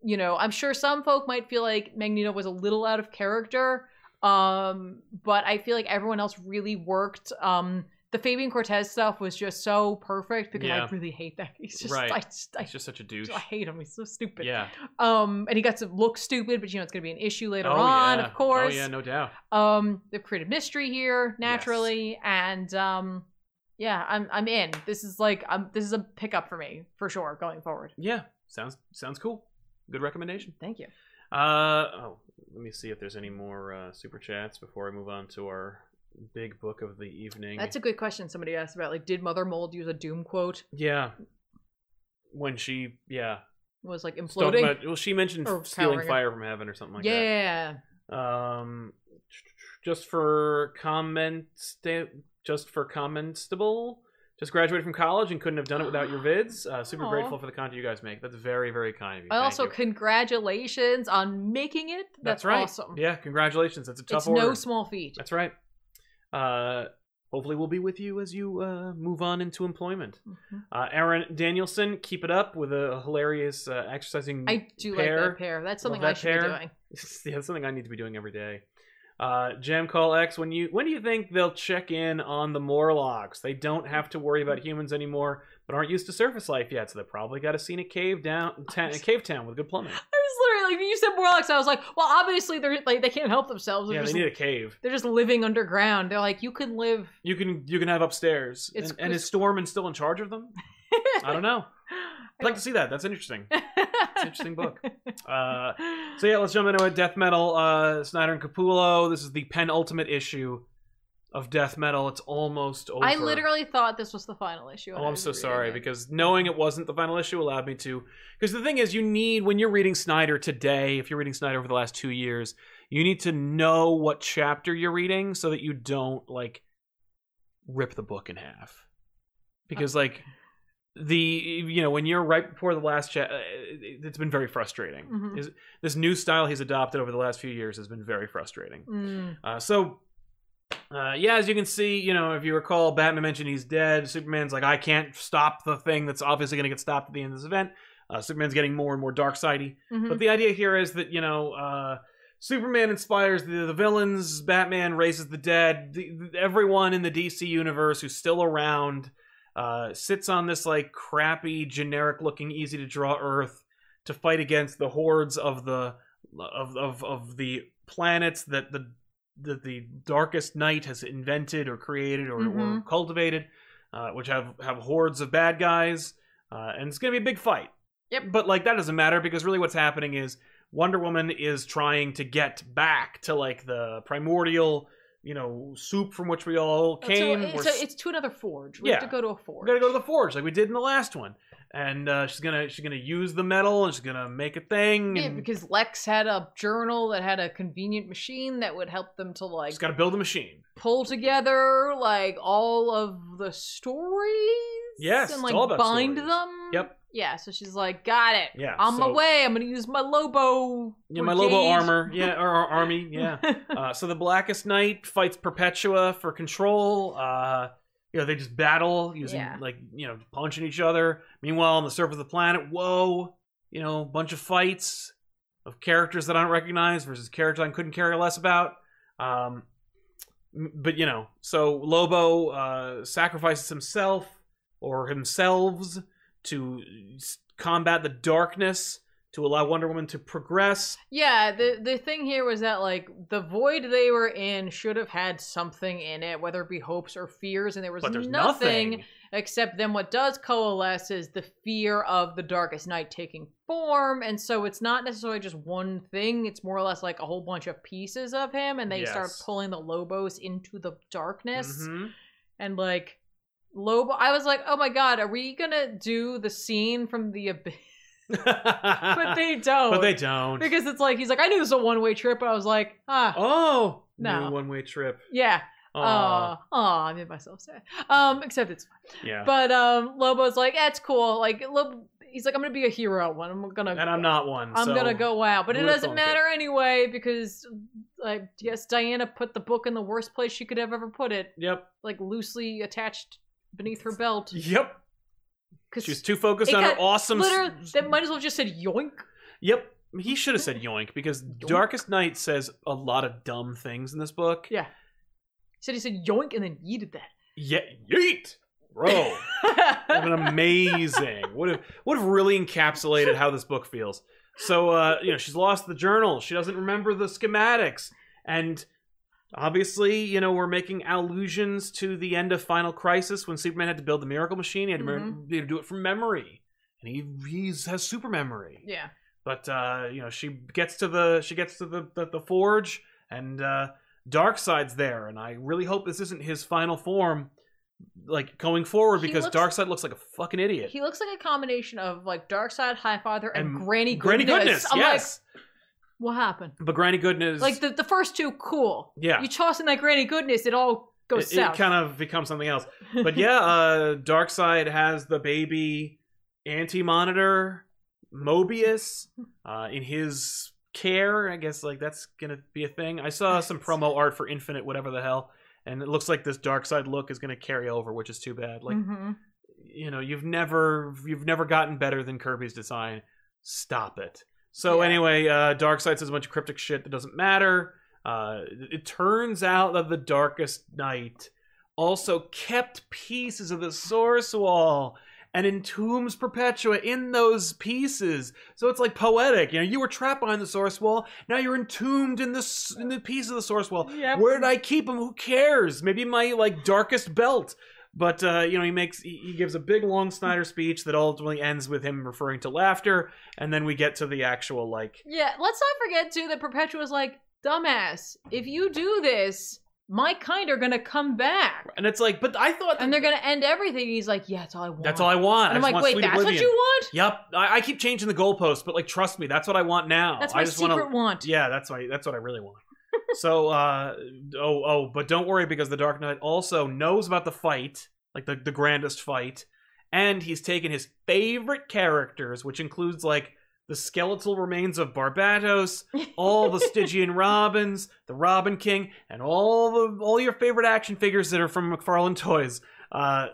you know, I'm sure some folk might feel like Magneto was a little out of character. Um, but I feel like everyone else really worked. Um the Fabian Cortez stuff was just so perfect because Yeah. I really hate that. He's just Right. I just I, He's just such a douche. I hate him. He's so stupid. Yeah. Um and he got to look stupid, but you know it's gonna be an issue later oh, on, yeah. of course. Oh yeah, no doubt. Um, they've created mystery here naturally, and um, yeah, I'm I'm in. This is like um, this is a pickup for me for sure going forward. Yeah. Sounds sounds cool. Good recommendation. Thank you. Uh oh, let me see if there's any more uh, super chats before I move on to our big book of the evening. That's a good question. Somebody asked about like, did Mother Mold use a Doom quote? yeah. When she yeah Was like was talking imploding. about oh well she mentioned Or stealing powering it. fire from heaven or something like that. yeah. Um, just for comment, just for commentable. Just graduated from college and couldn't have done it without your vids. Uh, super Aw. grateful for the content you guys make. That's very, very kind of you. I Thank also you. congratulations on making it. That's, that's right. awesome. Yeah, congratulations. That's a tough it's order. no small feat. That's right. Uh, hopefully, we'll be with you as you uh, move on into employment. Mhm. Uh, Aaron Danielson, keep it up with a hilarious uh, exercising. I do Pear. like that pair. That's something Love I that should pear. be doing. yeah, that's something I need to be doing every day. Uh, Jam Call X, when you when do you think they'll check in on the Morlocks? They don't have to worry about humans anymore, but aren't used to surface life yet, so they probably got a scene a cave Oh, down ta- a cave town with good plumbing. I was literally like, when you said Morlocks, I was like, well, obviously they're like they can't help themselves. They're Yeah, they just need a cave. they're just living underground. They're like, you can live. You can you can have upstairs. It's- and, and is Storm and still in charge of them? I don't know. I'd like to see that. That's interesting. It's an interesting book. Uh, so yeah, let's jump into it. Death Metal, uh, Snyder and Capullo. This is the penultimate issue of Death Metal. It's almost over. I literally thought this was the final issue. when Oh, I I'm was so reading sorry it. because knowing it wasn't the final issue allowed me to. Because the thing is, you need when you're reading Snyder today, if you're reading Snyder over the last two years, you need to know what chapter you're reading so that you don't like rip the book in half. Because Uh, like the you know when you're right before the last chapter, it's been very frustrating. Mhm. Is- This new style he's adopted over the last few years has been very frustrating. Mm, Uh, so, uh, yeah, as you can see, you know, if you recall, Batman mentioned he's dead. Superman's like, I can't stop the thing that's obviously going to get stopped at the end of this event. Uh, Superman's getting more and more dark sidey. mhm. But the idea here is that, you know, uh, Superman inspires the, the villains, Batman raises the dead. The, the- everyone in the DC universe who's still around uh, sits on this, like, crappy, generic looking, easy to draw Earth to fight against the hordes of the. Of, of of the planets that the that the darkest knight has invented or created or, or Mhm. cultivated, uh, which have have hordes of bad guys, uh, and it's gonna be a big fight. Yep. But like that doesn't matter because really what's happening is Wonder Woman is trying to get back to like the primordial, you know, soup from which we all came. So, We're so it's to another forge. We have Yeah. to go to a we forge. gotta go to the forge like we did in the last one and uh, she's gonna she's gonna use the metal and she's gonna make a thing Yeah, and because Lex had a journal that had a convenient machine that would help them to like she's gotta build a machine pull together like all of the stories. Yes, and it's like all about bind stories. them. Yep. Yeah, so she's like, got it. yeah On my so- way, I'm gonna use my Lobo. yeah my lobo brigade." armor yeah or, or army yeah uh, so the blackest knight fights perpetua for control uh you know they just battle using Yeah. like you know punching each other meanwhile on the surface of the planet whoa you know bunch of fights of characters that i don't recognize versus characters i couldn't care less about um m- but you know so lobo uh sacrifices himself or himselves to s- combat the darkness to allow wonder woman to progress yeah, the the thing here was that like the void they were in should have had something in it, whether it be hopes or fears, and there was but there's nothing. nothing Except then what does coalesce is the fear of the darkest night taking form. And so it's not necessarily just one thing, it's more or less like a whole bunch of pieces of him. And they start Yes. pulling the Lobos into the darkness. Mhm. And like, Lobo, I was like, oh my god, are we gonna do the scene from the abyss? But but they don't. But they don't. Because it's like, he's like, I knew this was a one way trip. I was like, ah, oh, No. new one-way trip. yeah. Aw. Aw, aw, I made myself sad. Um, except it's yeah. But um, Lobo's like, that's cool. Like, Lobo, he's like, I'm gonna be a hero. When I'm gonna, and I'm not one. I'm so- gonna go out. But it Luda doesn't Funk matter anyway because, like, yes, Diana put the book in the worst place she could have ever put it, Yep. like loosely attached beneath her belt. Yep. She was Because too focused It on her got awesome. s- literally, they might as well just said yoink. Yep. He should have said yoink because Darkest Night says a lot of dumb things in this book. Yeah. He said he said yoink and then yeeted Yeah. Yeet, bro. would that. have been amazing. Would have would have really encapsulated how this book feels. So uh, you know, she's lost the journal. She doesn't remember the schematics, and obviously, you know, we're making allusions to the end of Final Crisis when Superman had to build the Miracle Machine. He had to, remem- he had to do it from memory, and he he's, has super memory. yeah. But uh, you know, she gets to the she gets to the the, the forge, and uh, Darkseid's there, and I really hope this isn't his final form, like going forward, He because looks- Darkseid looks like a fucking idiot. He looks like a combination of like Darkseid, Highfather, and, And Granny Granny Goodness. Goodness, I'm yes, like, what happened? but Granny Goodness, Like the, the first two, cool. yeah, You toss in that granny goodness, it all goes it, south. it kind of becomes something else. But yeah, uh, Darkseid has the baby Anti Monitor Mobius uh, in his care. I guess like that's gonna be a thing. I saw some promo art for Infinite, whatever the hell, and it looks like this Darkseid look is gonna carry over, which is too bad. Like Mhm. you know, you've never you've never gotten better than Kirby's design. Stop it. So Yeah. anyway, uh, Darkseid says a bunch of cryptic shit that doesn't matter. Uh, it- it turns out that the Darkest Knight also kept pieces of the Source Wall and entombs Perpetua in those pieces. So it's like poetic. You know, you were trapped behind the Source Wall. Now you're entombed in the s- in the piece of the Source Wall. Yep. Where did I keep him? Who cares? Maybe my like darkest belt. But uh, you know, he makes he, he gives a big long Snyder speech that ultimately ends with him referring to laughter, and then we get to the actual like yeah, let's not forget too that Perpetua's like, dumbass, if you do this, my kind are gonna come back. and it's like, but I thought And they're gonna end everything. And he's like, yeah, that's all I want. that's all I want. And I'm I just like, want wait, sweet that's oblivion. what you want? Yep, I, I keep changing the goalpost, but like, trust me, that's what I want now. That's I my just secret want to. want. Yeah, that's my that's what I really want. so, uh, oh, oh, but don't worry because the Dark Knight also knows about the fight, like the the grandest fight, and he's taken his favorite characters, which includes like the skeletal remains of Barbados, all the Stygian Robins, the Robin King, and all the all your favorite action figures that are from McFarlane Toys, uh,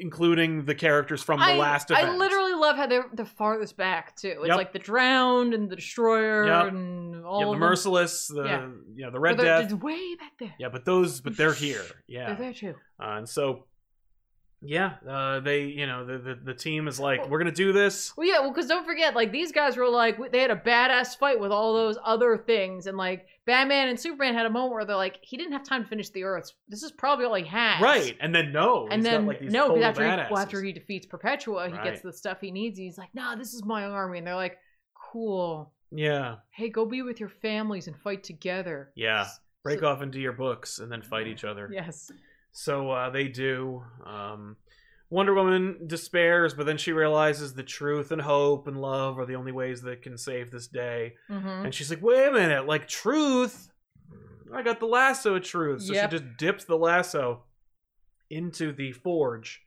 including the characters from the I, last event. I literally love how they're the farthest back too. It's Yep. like the drowned and the destroyer Yep. and you all have the of them. merciless, the Yeah. you know the But red they're, death. they're way back there. Yeah, but those, but they're here. They're Yeah, there too. Uh, and Uh, so Yeah, uh, they, you know, the, the, the team is Oh. like, we're gonna do this. Well, yeah, well, because don't forget, like these guys were like w- they had a badass fight with all those other things, and like Batman and Superman had a moment where they're like, he didn't have time to finish the Earth. This is probably all he has, Right, and then no, And he's got, then like, these no, total because after he, well, badasses. after he defeats Perpetua, he Right. gets the stuff he needs. And he's like, nah, this is my army, and they're like, cool. yeah, Hey, go be with your families and fight together. yeah, S- break so- off into your books and then fight each other. Yes. So uh, they do. Um, Wonder Woman despairs, but then she realizes the truth and hope and love are the only ways that can save this day. Mm-hmm. And she's like, wait a minute, like truth? I got the lasso of truth. So Yep. she just dips the lasso into the forge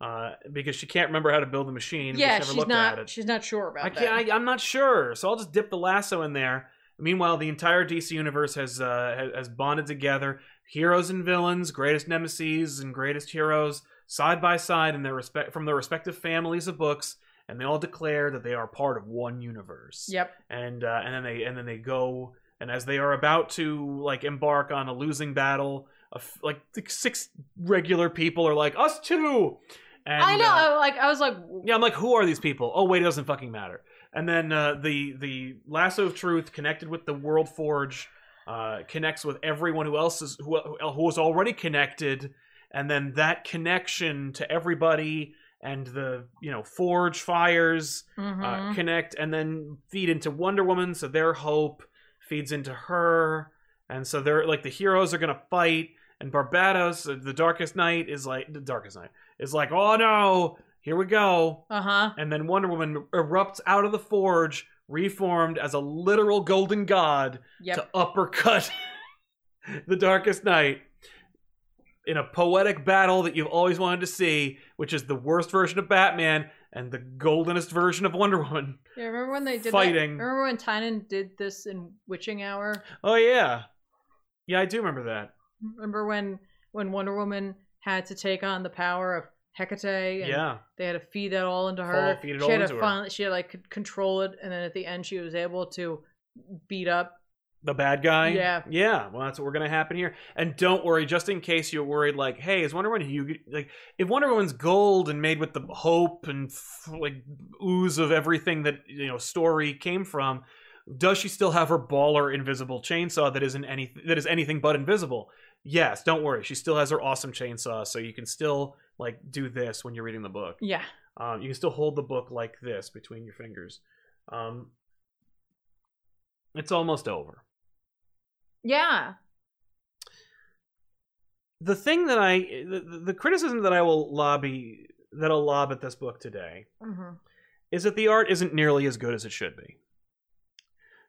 uh, because she can't remember how to build the machine. because Yeah, never she's looked at not. it. She's not sure about I that. can't, I, I'm not sure. So I'll just dip the lasso in there. Meanwhile, the entire DC universe has uh, has- has bonded together, heroes and villains, greatest nemesis and greatest heroes, side by side in their respect from their respective families of books, and they all declare that they are part of one universe. Yep. And uh, and then they and then they go and as they are about to like embark on a losing battle, a f- like six regular people are like us too. And, I know. uh, I, like I was like, yeah, I'm like, who are these people? Oh wait, it doesn't fucking matter. And then uh, the the lasso of truth connected with the world forge uh, connects with everyone who else is who uh, who is already connected, and then that connection to everybody and the you know forge fires mhm. uh, connect and then feed into Wonder Woman. So their hope feeds into her, and so they're like the heroes are gonna fight. And Barbados, uh, the Darkest Night, is like the Darkest Night is like, oh no, here we go. Uh huh. And then Wonder Woman erupts out of the forge, reformed as a literal golden god Yep. to uppercut the Darkest Night. In a poetic battle that you've always wanted to see, which is the worst version of Batman and the goldenest version of Wonder Woman. Yeah, remember when they did That? fighting. Remember when Tynan did this in Witching Hour? Oh yeah, yeah, I do remember that. Remember when when Wonder Woman had to take on the power of Hecate? And yeah, They had to feed that all into Full- her. feed it she all had into to her. finally, she had to, like c- control it, and then at the end she was able to beat up. the bad guy. Yeah. yeah. Well, that's what we're gonna happen here. And don't worry, just in case you're worried, like, hey, is Wonder Woman you like if Wonder Woman's gold and made with the hope and f- like ooze of everything that you know story came from. Does she still have her baller invisible chainsaw that isn't any that is anything but invisible? Yes, don't worry. She still has her awesome chainsaw, so you can still like do this when you're reading the book. Yeah. Um, you can still hold the book like this between your fingers. Um, it's almost over. Yeah. The thing that I, the, the- the criticism that I will lobby, that I'll lob at this book today, hmm is that the art isn't nearly as good as it should be.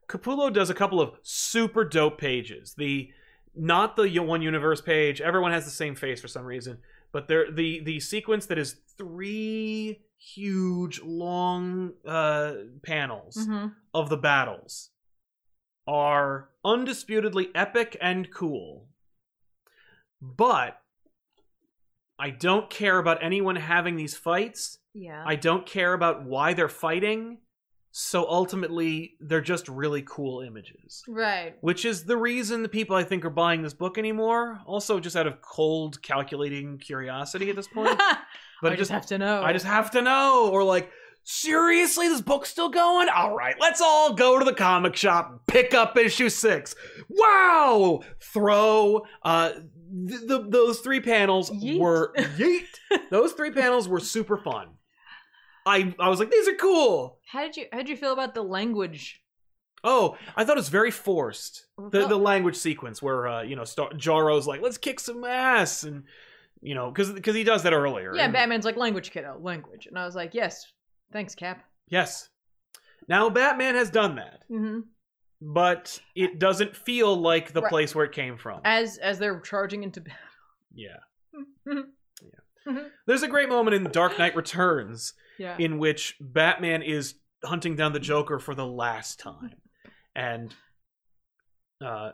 Capullo does a couple of super dope pages. The not the one universe page. Everyone has the same face for some reason, but there the the sequence that is three huge long uh, panels. hmm of the battles are undisputedly epic and cool. But I don't care about anyone having these fights. Yeah. I don't care about why they're fighting. So ultimately, they're just really cool images. right. Which is the reason the people I think are buying this book anymore. Also, just out of cold, calculating curiosity at this point. But I it just just have to know. I just have to know. Or like, seriously, this book's still going? All right, let's all go to the comic shop, and pick up issue six. Wow! Throw uh, th- th- those three panels Yeet. were yeet. Those three panels were super fun. I I was like, these are cool. How did you How did you feel about the language? Oh, I thought it was very forced. The, Well- the language sequence where uh, you know Star- Jaro's like, let's kick some ass, and you know, because because he does that earlier. Yeah, in- Batman's like language, kiddo, language, and I was like, yes, thanks, Cap. Yes. Now Batman has done that. hmm but it doesn't feel like the Right. place where it came from. As as they're charging into battle. yeah. Mhm. There's a great moment in Dark Knight Returns yeah. in which Batman is hunting down the Joker for the last time. And uh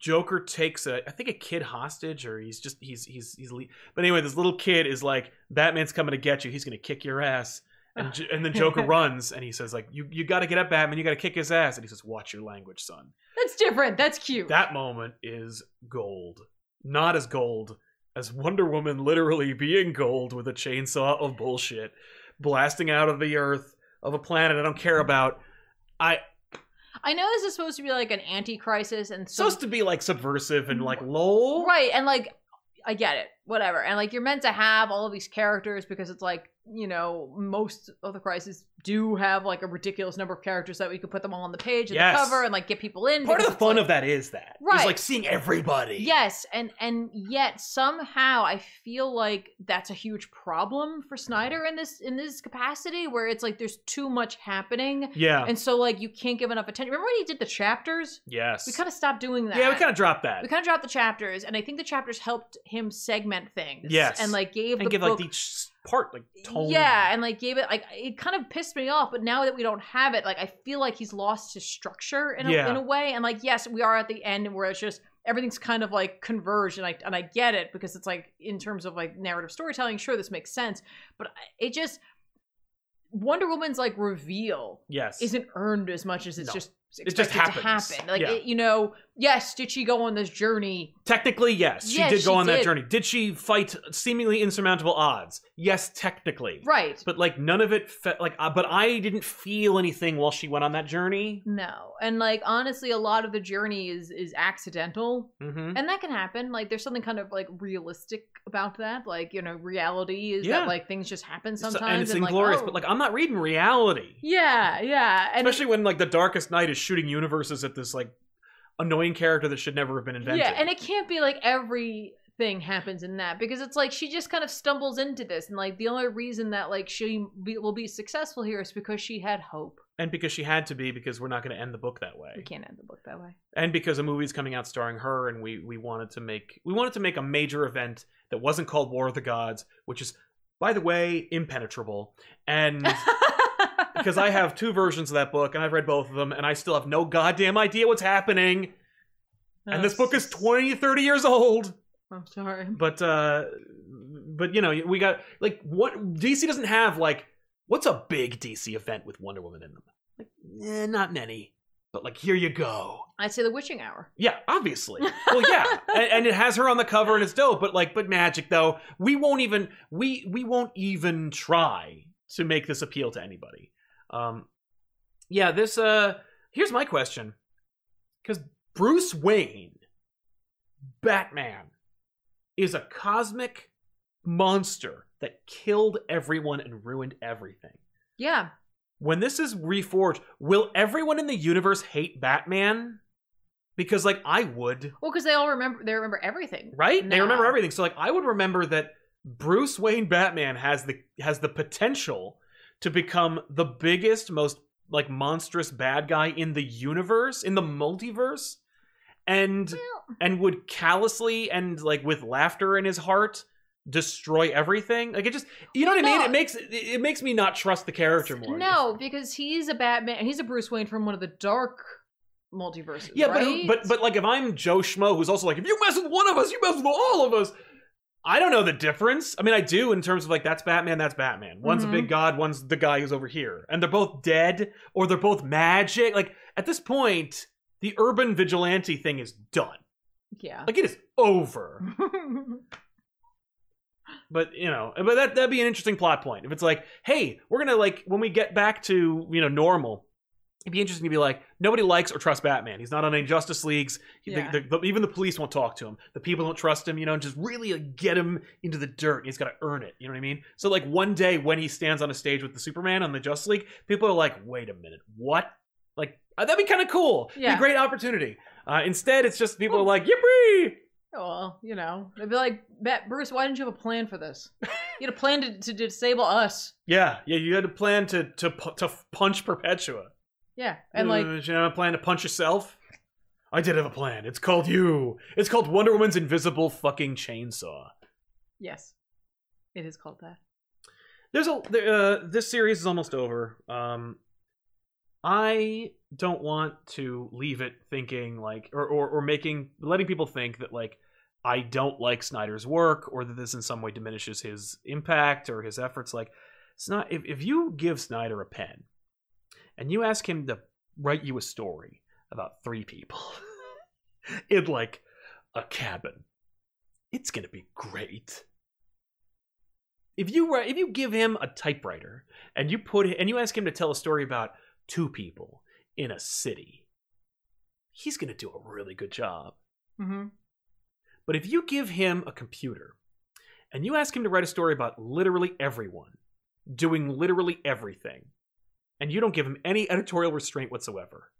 Joker takes a I think a kid hostage or he's just he's he's he's le- but anyway this little kid is like Batman's coming to get you he's going to kick your ass and J- and then Joker runs and he says like you you got to get up Batman you got to kick his ass and he says watch your language son That's different. That's cute. That moment is gold. Not as gold as Wonder Woman literally being gold with a chainsaw of bullshit blasting out of the earth of a planet I don't care about. I I know this is supposed to be like an anti-crisis and so supposed to be like subversive and like lol. right and like I get it, whatever. And like you're meant to have all of these characters because it's like you know most of the crises do have like a ridiculous number of characters that we could put them all on the page and Yes. the cover and like get people in. Part of because the it's, fun like- of that is that. It's Right. like seeing everybody. Yes, and and yet somehow I feel like that's a huge problem for Snyder in this in this capacity where it's like there's too much happening Yeah. and so like you can't give enough attention. Remember when he did the chapters? yes. We kind of stopped doing that. yeah, we kind of dropped that. we kind of dropped the chapters, and I think the chapters helped him segment things. Yes. and like gave the and give book, like each part like tone. yeah, and like gave it like it kind of pissed me off. But now that we don't have it, like I feel like he's lost his structure in a, Yeah. in a way. And like yes, we are at the end where it's just everything's kind of like converged, and I and I get it because it's like in terms of like narrative storytelling, sure this makes sense, but I- it just Wonder Woman's like reveal Yes. isn't earned as much as it's No. just It just expected to happens. happen. Like Yeah. it, you know, yes, did she go on this journey? Technically, yes. She Yes, did go she on that did. journey. Did she fight seemingly insurmountable odds? Yes, technically. Right. But like none of it fe- like uh, but I didn't feel anything while she went on that journey. No. And like honestly a lot of the journey is is accidental. Mhm. And that can happen. Like there's something kind of like realistic about that. Like, you know, reality is Yeah. that like things just happen So- sometimes and it's like, inglorious, oh. but like I'm not reading reality. Yeah, yeah. And Especially when like the darkest night is shooting universes at this like annoying character that should never have been invented. Yeah, and it can't be like everything happens in that because it's like she just kind of stumbles into this, and like the only reason that like she be, will be successful here is because she had hope. And because she had to be, because we're not going to end the book that way, We can't end the book that way. and because a movie's coming out starring her, and we we wanted to make we wanted to make a major event that wasn't called War of the Gods, which is, by the way, impenetrable. And Mm. because I have two versions of that book, and I've read both of them, and I still have no goddamn idea what's happening. And this book is 20, 30 years old. I'm sorry. But uh, but you know we got like what DC doesn't have like what's a big DC event with Wonder Woman in them? Like eh, not many, but like here you go. I'd say the witching hour. Yeah, obviously. Well, yeah, and, and it has her on the cover and it's dope. But like, but magic though, we won't even we we won't even try to make this appeal to anybody. Um, yeah, this uh, here's my question, because Bruce Wayne, Batman, is a cosmic monster that killed everyone and ruined everything Yeah. when this is reforged, will everyone in the universe hate Batman? Because like I would, Well, because they all remember they remember everything. right? They remember now. everything. So like I would remember that Bruce Wayne Batman has the has the potential to become the biggest, most like monstrous bad guy in the universe, in the multiverse, and Well, and would callously and like with laughter in his heart destroy everything. Like it just you know Well, what I mean? no. It makes it, it makes me not trust the character more. no, because he's a Batman. He's a Bruce Wayne from one of the dark multiverses. Yeah, but right? who- but but like if I'm Joe Schmo, who's also like, if you mess with one of us, you mess with all of us. I don't know the difference. I mean, I do in terms of like that's Batman, that's Batman. One's Mhm. a big god, one's the guy who's over here, and they're both dead or they're both magic. Like at this point, the urban vigilante thing is done. yeah. Like it is over. But you know, but that that'd be an interesting plot point if it's like, hey, we're gonna like when we get back to you know normal. It'd be interesting to be like nobody likes or trusts Batman. He's not on any Justice Leagues. The- Yeah. the- the- even the police won't talk to him. The people don't trust him. You know, and just really like, get him into the dirt. He's got to earn it. You know what I mean? So like one day when he stands on a stage with the Superman on the Justice League, people are like, wait a minute, what? Like uh, that'd be kind of cool. It'd be Yeah. a great opportunity. Uh, instead, it's just people are Hmm. like, yippee! Well, you know, they'd be like, "Bet- Bruce, why didn't you have a plan for this? You had a plan to, to disable us. Yeah, yeah. You had a plan to to pu- to punch Perpetua. Yeah. And like, Uh, you have a plan to punch yourself? I did have a plan. It's called you. It's called Wonder Woman's invisible fucking chainsaw. yes, it is called that. There's a there, uh, this series is almost over. Um, I don't want to leave it thinking like or, or or making letting people think that like I don't like Snyder's work or that this in some way diminishes his impact or his efforts. Like it's not if if you give Snyder a pen and you ask him to write you a story about three people in like a cabin, it's gonna be great. If you were, if you give him a typewriter and you put and you ask him to tell a story about two people in a city, he's gonna do a really good job. Mm-hmm. But if you give him a computer and you ask him to write a story about literally everyone doing literally everything, and you don't give him any editorial restraint whatsoever,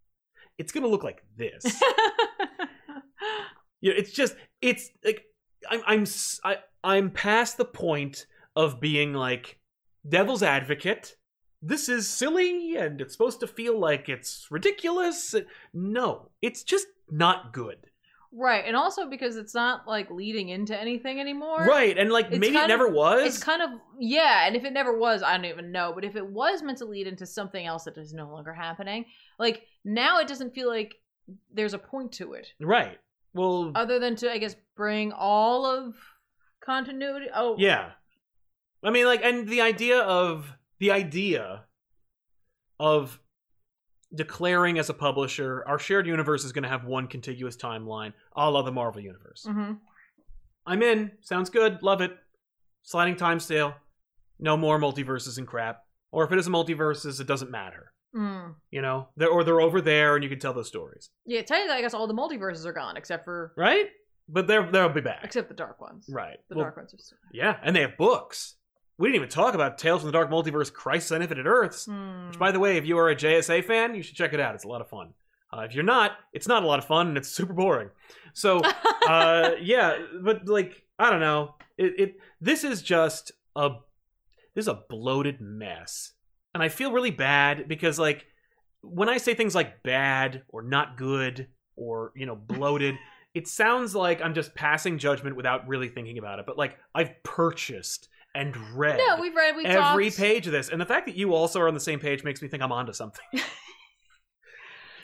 it's going to look like this. you know, it's just it's like I'm I'm s- I, am i am i am past the point of being like devil's advocate. This is silly and it's supposed to feel like it's ridiculous. No, it's just not good. right, and also because it's not like leading into anything anymore. right, and like it's maybe it kind of- never was. It's kind of yeah, and if it never was, I don't even know. But if it was meant to lead into something else that is no longer happening, like now it doesn't feel like there's a point to it, right. Well, other than to I guess bring all of continuity. Oh Yeah. I mean like and the idea of the idea of declaring as a publisher our shared universe is going to have one contiguous timeline a la the Marvel universe. hmm I'm in. Sounds good. Love it. Sliding time scale. No more multiverses and crap. Or if it is a multiverses, it doesn't matter. Mm. You know, they're, or they're over there and you can tell those stories, Yeah, technically, I guess all the multiverses are gone except for right? But they're they'll be back, except the dark ones. right? The Well, dark ones are still. Yeah, and they have books. We didn't even talk about Tales from the Dark Multiverse, Crisis on Infinite Earths. Which, Mm. by the way, if you are a JSA fan, you should check it out. It's a lot of fun. Uh, if you're not, it's not a lot of fun and it's super boring. So, uh, yeah, but like I don't know. It, it this is just a this is a bloated mess, and I feel really bad because like when I say things like bad or not good or you know bloated, it sounds like I'm just passing judgment without really thinking about it. But like I've purchased and read no, we've read, we've every talked. page of this, and the fact that you also are on the same page makes me think I'm onto something. you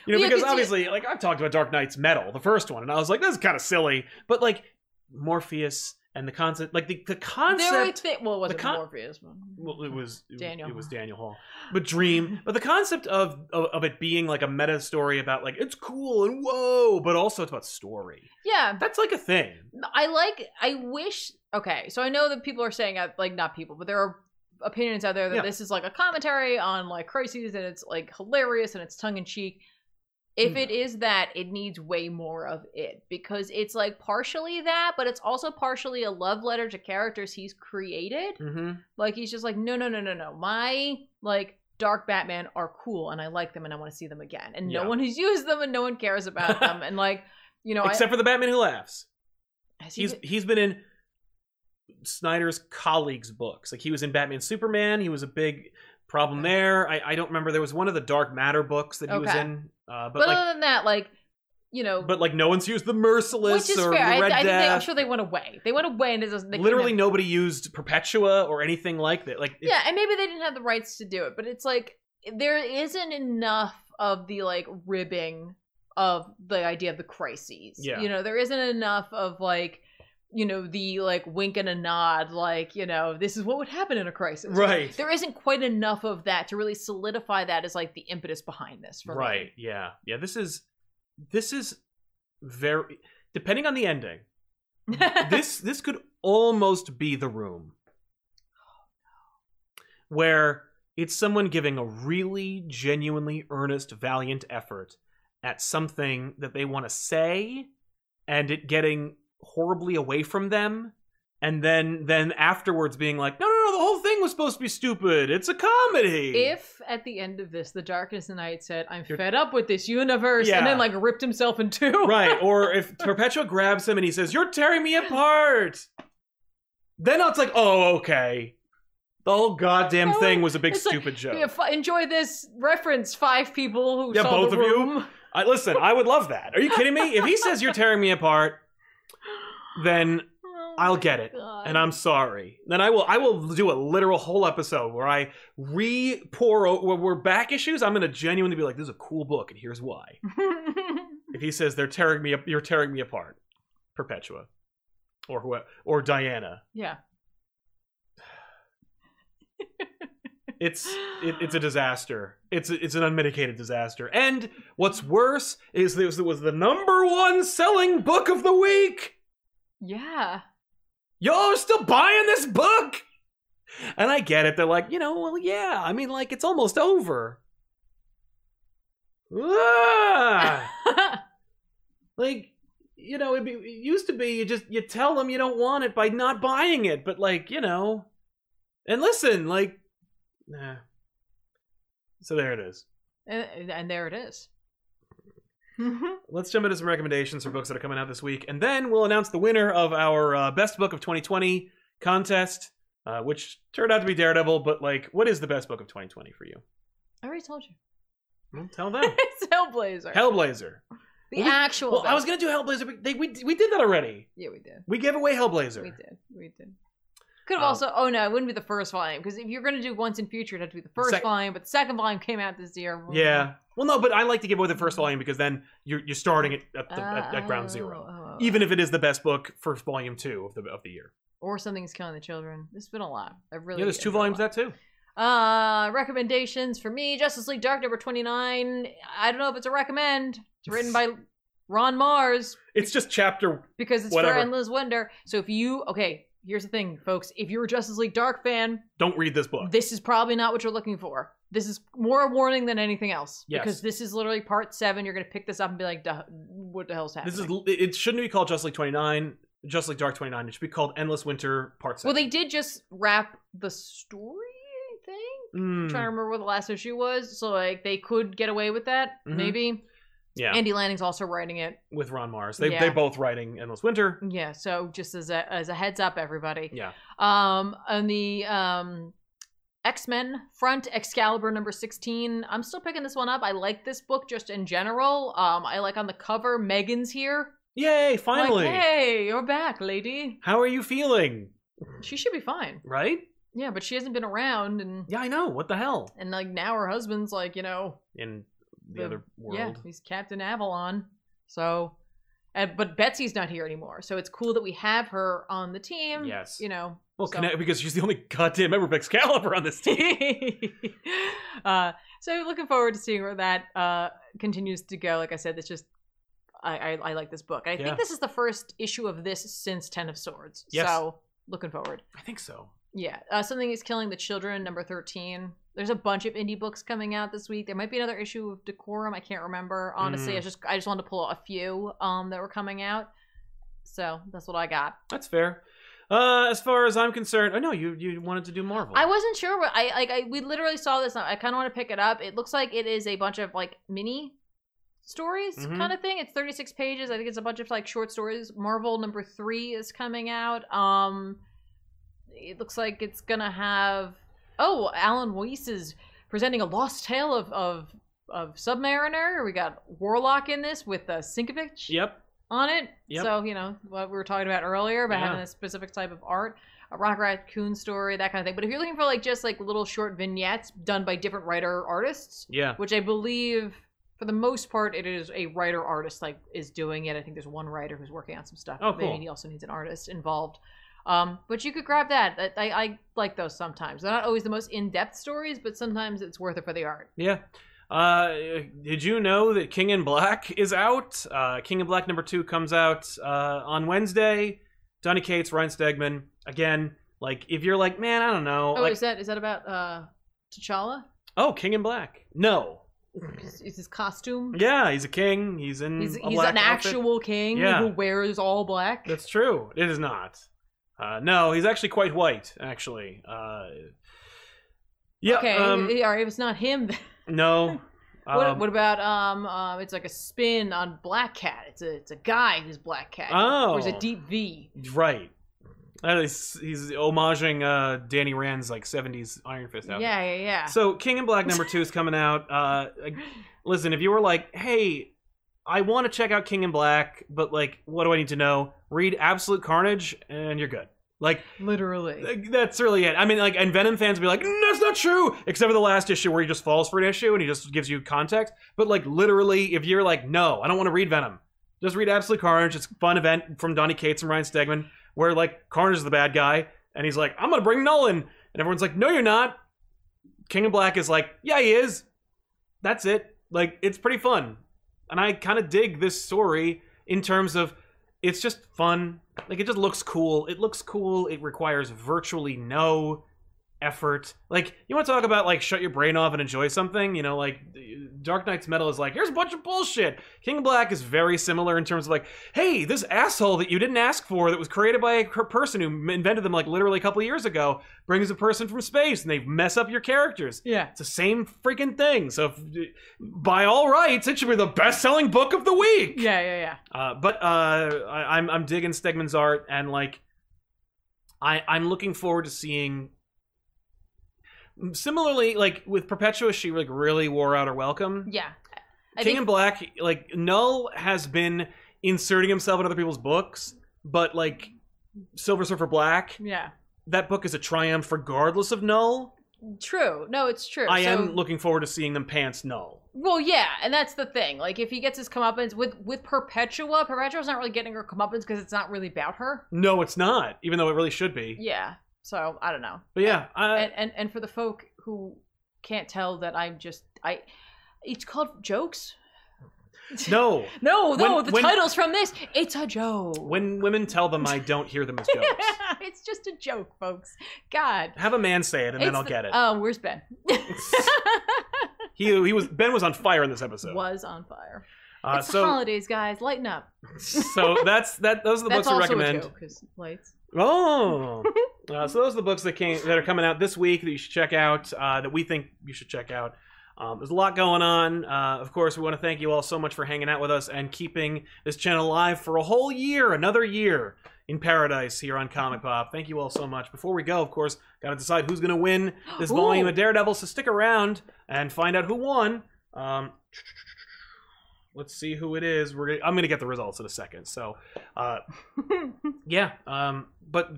know, Yeah, 'cause because you- obviously, like I've talked about Dark Knight's Metal, the first one, and I was like, this is kind of silly, but like Morpheus and the concept, like the the There were concept. thi- well, it wasn't the con- Morpheus. but- well, it was it- Daniel. It was Daniel Hall, but Dream. But the concept of, of of it being like a meta story about like it's cool and whoa, but also it's about story. Yeah, That's like a thing. I like. I wish. Okay, so I know that people are saying uh, like not people, but there are opinions out there that Yeah. this is like a commentary on like crises and it's like hilarious and it's tongue in cheek. Mm. If it is that, it needs way more of it because it's like partially that, but it's also partially a love letter to characters he's created. Mm-hmm. Like he's just like, no, no, no, no, no. My like dark Batman are cool and I like them and I want to see them again. And Yeah. no one has used them and no one cares about them. And like, you know, Except for the Batman Who Laughs. I, has he he's been- he's been in Snyder's colleagues' books. Like he was in Batman Superman. He was a big problem there. I, I don't remember. There was one of the Dark Matter books that he was Okay. in. Uh, but but, like other than that, like, you know, but like no one's used the Merciless which is or fair. I, the Red I think they, I'm Death. sure they went away. They went away and it doesn't. They couldn't Literally have- nobody used Perpetua or anything like that. Like it's- yeah, and maybe they didn't have the rights to do it, but it's like there isn't enough of the like ribbing of the idea of the crises. Yeah. You know, there isn't enough of like, you know, the like wink and a nod, like, you know, this is what would happen in a crisis. right. There isn't quite enough of that to really solidify that as like the impetus behind this. For me. Right. Yeah. Yeah. This is this is very depending on the ending. this this could almost be the room where it's someone giving a really genuinely earnest valiant effort at something that they want to say and it getting horribly away from them and then then afterwards being like no no no the whole thing was supposed to be stupid it's a comedy If at the end of this, the darkness and night said, "I'm You're- fed up with this universe," Yeah. and then like ripped himself in two, right or if perpetua grabs him and he says you're tearing me apart then it's like oh okay the whole goddamn Oh, thing was a big it's like- stupid joke Yeah, f- enjoy this reference, five people who Yeah, saw both the of you. room. I, listen i would love that are you kidding me if he says you're tearing me apart then Oh I'll my get it, God. and i'm sorry then i will i will do a literal whole episode where i re pour where we're back issues i'm gonna genuinely be like this is a cool book and here's why Mm-hmm. if he says they're tearing me up you're tearing me apart perpetua or whoever or diana yeah. it's it, it's a disaster. It's it's an unmitigated disaster. And what's worse is this was the number one selling book of the week. Yeah. "Yo, still buying this book?" And I get it. They're like, you know, well, yeah. I mean, like, it's almost over. Ah! like you know it'd be, it used to be you just you tell them you don't want it by not buying it but like you know and listen like nah so there it is and, and there it is. let's jump into some recommendations for books that are coming out this week and then we'll announce the winner of our uh, best book of 2020 contest uh, which turned out to be daredevil but like what is the best book of 2020 for you I already told you. well, tell them it's Hellblazer. hellblazer the well, we- actual. well i best. was gonna do hellblazer but they, we, we did that already Yeah, we did. we gave away hellblazer We did. We did. Could have Um, also. Oh no, it wouldn't be the first volume because if you're gonna do once in future, it had to be the first Sec- volume. But the second volume came out this year. Yeah. Well, no, but I like to give away the first volume because then you're you're starting at at, the, at, at ground zero, Oh, oh, oh. even if it is the best book for volume two of the of the year. or something's killing the children. It's been a lot. I really yeah, there's two volumes of that too. Uh, recommendations for me: Justice League Dark number twenty nine. I don't know if it's a recommend. It's written by Ron Mars It's just chapter. because it's Whatever. for Endless Wonder. So if you okay, here's the thing, folks: if you're a Justice League Dark fan, Don't read this book. this is probably not what you're looking for. This is more a warning than anything else Yes. because this is literally part seven. You're gonna pick this up and be like, "Duh, "What the hell's happening?" This is it shouldn't be called Just Like 29, Just Like Dark 29. It should be called Endless Winter Part Seven. well, they did just wrap the story. I think. Mm, trying to remember what the last issue was. So like they could get away with that, Mhm. maybe. yeah, Andy Lanning's also writing it. with Ron Mars, they Yeah. they're both writing Endless Winter. Yeah, so just as a as a heads up, everybody. Yeah, Um on the um X Men front Excalibur number sixteen. I'm still picking this one up. I like this book just in general. Um, I like on the cover Megan's here. yay! I'm Finally, like, hey, you're back, lady. how are you feeling? She should be fine. Right? Yeah, but she hasn't been around, and Yeah, I know. What the hell? and like now her husband's like you know In the, The- other world, Yeah, he's Captain Avalon. So, and, but Betsy's not here anymore. So it's cool that we have her on the team. Yes. You know. well, so. connect, because she's the only goddamn member of Excalibur on this team. uh, so looking forward to seeing where that uh, continues to go. Like I said, it's just I, I, I like this book. I Yeah. think this is the first issue of this since Ten of Swords. Yes. So looking forward. I think so. Yeah, uh, something is killing the children. Number thirteen. There's a bunch of indie books coming out this week. There might be another issue of Decorum. I can't remember honestly. Mm. I just I just wanted to pull out a few um that were coming out. So that's what I got. That's fair. Uh, as far as I'm concerned, oh no, you you wanted to do Marvel. I wasn't sure what I like. I we literally saw this. and I kind of want to pick it up. It looks like it is a bunch of like mini stories Mhm. kind of thing. It's 36 pages. I think it's a bunch of like short stories. Marvel number three is coming out. Um, it looks like it's gonna have oh Alan Weiss is presenting a lost tale of of of Submariner. We got Warlock in this with uh, Sinkovich Yep. on it. Yep. So, you know, what we were talking about earlier about Yeah. having a specific type of art, a rock raccoon story, that kind of thing. But if you're looking for like just like little short vignettes done by different writer artists, Yeah. which I believe for the most part it is a writer artist like is doing it. I think there's one writer who's working on some stuff. Oh, but maybe cool. he also needs an artist involved. Um, but you could grab that. That- I, I like those sometimes. They're not always the most in-depth stories, but sometimes it's worth it for the art. Yeah. Uh, did you know that King in Black is out? Uh, King in Black number two comes out uh, on Wednesday. Donny Cates, Ryan Stegman. Again, like if you're like, man, I don't know. Oh, like, is that is that about uh, T'Challa? oh, King in Black. No. Hmm. Is, is his costume? Yeah, he's a king. He's in. He's, Mm, a he's black an outfit. actual king Yeah. who wears all black. That's true. It is not. Uh, no, he's actually quite white. Actually. Uh, yeah. okay. um, all right, if it's not him, then No. what, Um, what about um, um? It's like a spin on Black Cat. It's a it's a guy who's Black Cat. or it's Oh. a deep V. Right. That is, he's homaging uh, Danny Rand's like '70s Iron Fist Yeah, outfit. yeah, yeah. So King and Black number two is coming out. Uh, like, listen, if you were like, hey, I want to check out King and Black, but like, what do I need to know? Read Absolute Carnage, and you're good. Like, Literally. like, that's really it. I mean, like, and Venom fans would be like, "Mm, that's not true, except for the last issue where he just falls for an issue and he just gives you context. But like, literally, if you're like, no, I don't want to read Venom, just read Absolute Carnage. It's a fun event from Donny Cates and Ryan Stegman where like Carnage is the bad guy and he's like, I'm gonna bring Nolan, and everyone's like, no, you're not. King of Black is like, yeah, he is. That's it. Like, it's pretty fun, and I kind of dig this story in terms of it's just fun. Like it just looks cool. It looks cool. It requires virtually no effort. Like you want to talk about like shut your brain off and enjoy something, you know, like Dark Knight's Metal is like here's a bunch of bullshit. King of Black is very similar in terms of like hey, this asshole that you didn't ask for that was created by a cr- person who invented them like literally a couple of years ago brings a person from space and they mess up your characters. Yeah. It's the same freaking thing. So if, by all rights, it should be the best-selling book of the week. Yeah, yeah, yeah. Uh, but uh, I, I'm I'm digging Stegman's art, and like, I I'm looking forward to seeing. Similarly, like with Perpetua, she like really wore out her welcome. Yeah. I King think and Black, like Null has been inserting himself in other people's books, but like Silver Surfer Black, yeah. that book is a triumph regardless of Null. True. No, it's true. I so, am looking forward to seeing them pants Null. Well, yeah, and that's the thing. Like, if he gets his comeuppance with with Perpetua, Perpetua's not really getting her comeuppance because it's not really about her. No, it's not, even though it really should be. Yeah. So I don't know. But yeah, I, and, and and for the folk who can't tell that I'm just I, it's called jokes. no. No, no, When- the when- title's from this. It's a joke. When women tell them I don't hear them as jokes. it's just a joke, folks. God. Have a man say it, and then It's I'll the- uh, get it. Um, where's Ben? he he was Ben was on fire in this episode. Was on fire. Uh, it's the so holidays, guys. Lighten up. so that's that. Those are the books That's I also recommend. a joke 'cause lights. Oh, uh, so those are the books that came that are coming out this week that you should check out. Uh, that we think you should check out. Um, there's a lot going on. Uh, of course, we want to thank you all so much for hanging out with us and keeping this channel alive for a whole year, another year in paradise here on Comic Pop. Thank you all so much. Before we go, of course, got to decide who's going to win this Ooh. volume of Daredevil. So stick around and find out who won. Um, let's see who it is. We're gonna, I'm going to get the results in a second. So. Uh, yeah um but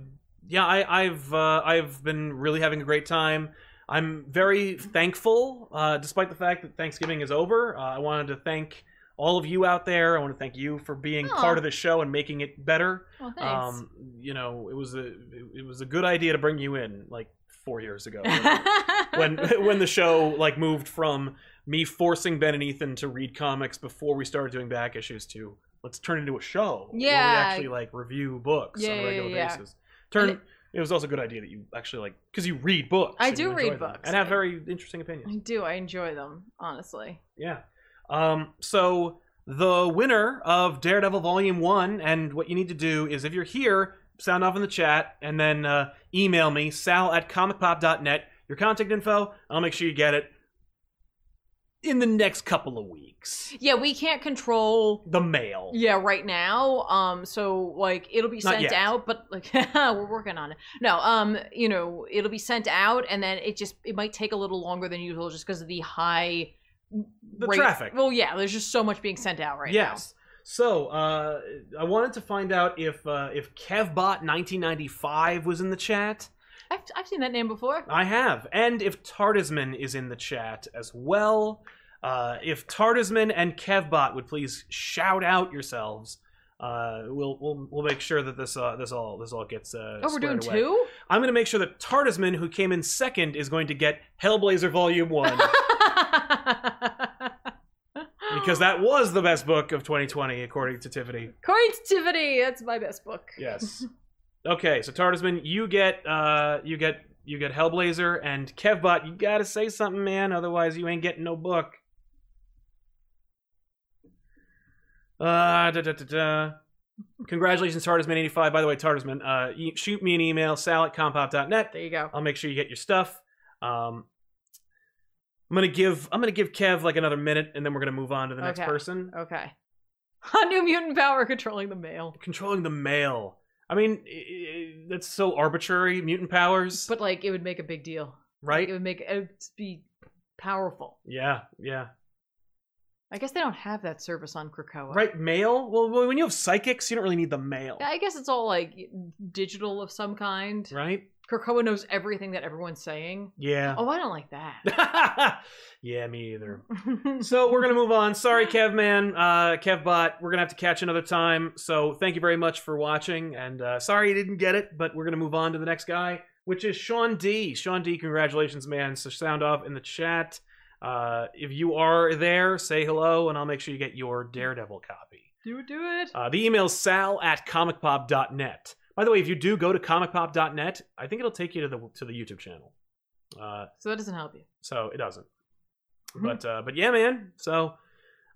yeah i i've uh, i've been really having a great time i'm very thankful uh despite the fact that thanksgiving is over uh, i wanted to thank all of you out there i want to thank you for being Aw. part of the show and making it better well, thanks. um you know it was a it, it was a good idea to bring you in like four years ago when when the show like moved from me forcing ben and ethan to read comics before we started doing back issues to let's turn it into a show where we Yeah. actually like review books Yeah, on a yeah, regular yeah, yeah. basis turn And it, was also a good idea that you actually like because you read books I and do you enjoy read them, books. and have very interesting opinions I do. I enjoy them, honestly. yeah. Um, so the winner of Daredevil Volume One, and what you need to do is if you're here, sound off in the chat, and then uh, email me sal at comicpop.net your contact info. I'll make sure you get it in the next couple of weeks. Yeah, we can't control. The mail. Yeah, right now. Um, so like it'll be Not sent yet. out, but like we're working on it. No, um, you know, it'll be sent out, and then it just it might take a little longer than usual just because of the high The traffic. Well, yeah, there's just so much being sent out right now. yes. So uh, I wanted to find out if uh, if Kevbot1995 was in the chat. I've I've seen that name before. I have. And if Tardisman is in the chat as well, uh, if Tardisman and Kevbot would please shout out yourselves, uh, we'll, we'll we'll make sure that this uh, this all this all gets uh, Oh, we're doing squared away. two. I'm gonna make sure that Tardisman, who came in second, is going to get Hellblazer Volume One because that was the best book of 2020 according to Tiffany. Creativity, that's my best book. Yes. Okay, so Tardisman, you get uh you get you get Hellblazer and Kevbot, you gotta say something, man, otherwise you ain't getting no book. Uh da da da da. Congratulations, Tardisman85. By the way, Tardisman, uh e- shoot me an email, sal at compop.net. There you go. I'll make sure you get your stuff. Um I'm gonna give I'm gonna give Kev like another minute and then we're gonna move on to the next Okay. person. Okay. New mutant power controlling the mail. controlling the mail. I mean, i- i- that's so arbitrary. Mutant powers, But like it would make a big deal. right? It would make it would be powerful. Yeah, yeah. I guess they don't have that service on Krakoa. Right, mail. Well, well, when you have psychics, you don't really need the mail, I guess it's all like digital of some kind. right? Krakoa knows everything that everyone's saying. Yeah. Oh, I don't like that. Oh. yeah, me either. So we're gonna move on. Sorry, Kevman, uh, Kevbot. We're gonna have to catch another time. So thank you very much for watching, and uh, sorry you didn't get it, but we're gonna move on to the next guy, which is Sean D. Sean D, congratulations, man. So sound off in the chat. Uh, if you are there, say hello, and I'll make sure you get your Daredevil copy. Do it, do it. Uh, the email's sal at comicpop.net. By the way, if you do go to comicpop.net, I think it'll take you to the to the YouTube channel. Uh, So that doesn't help you. so it doesn't. Mhm. But uh, but yeah, man. So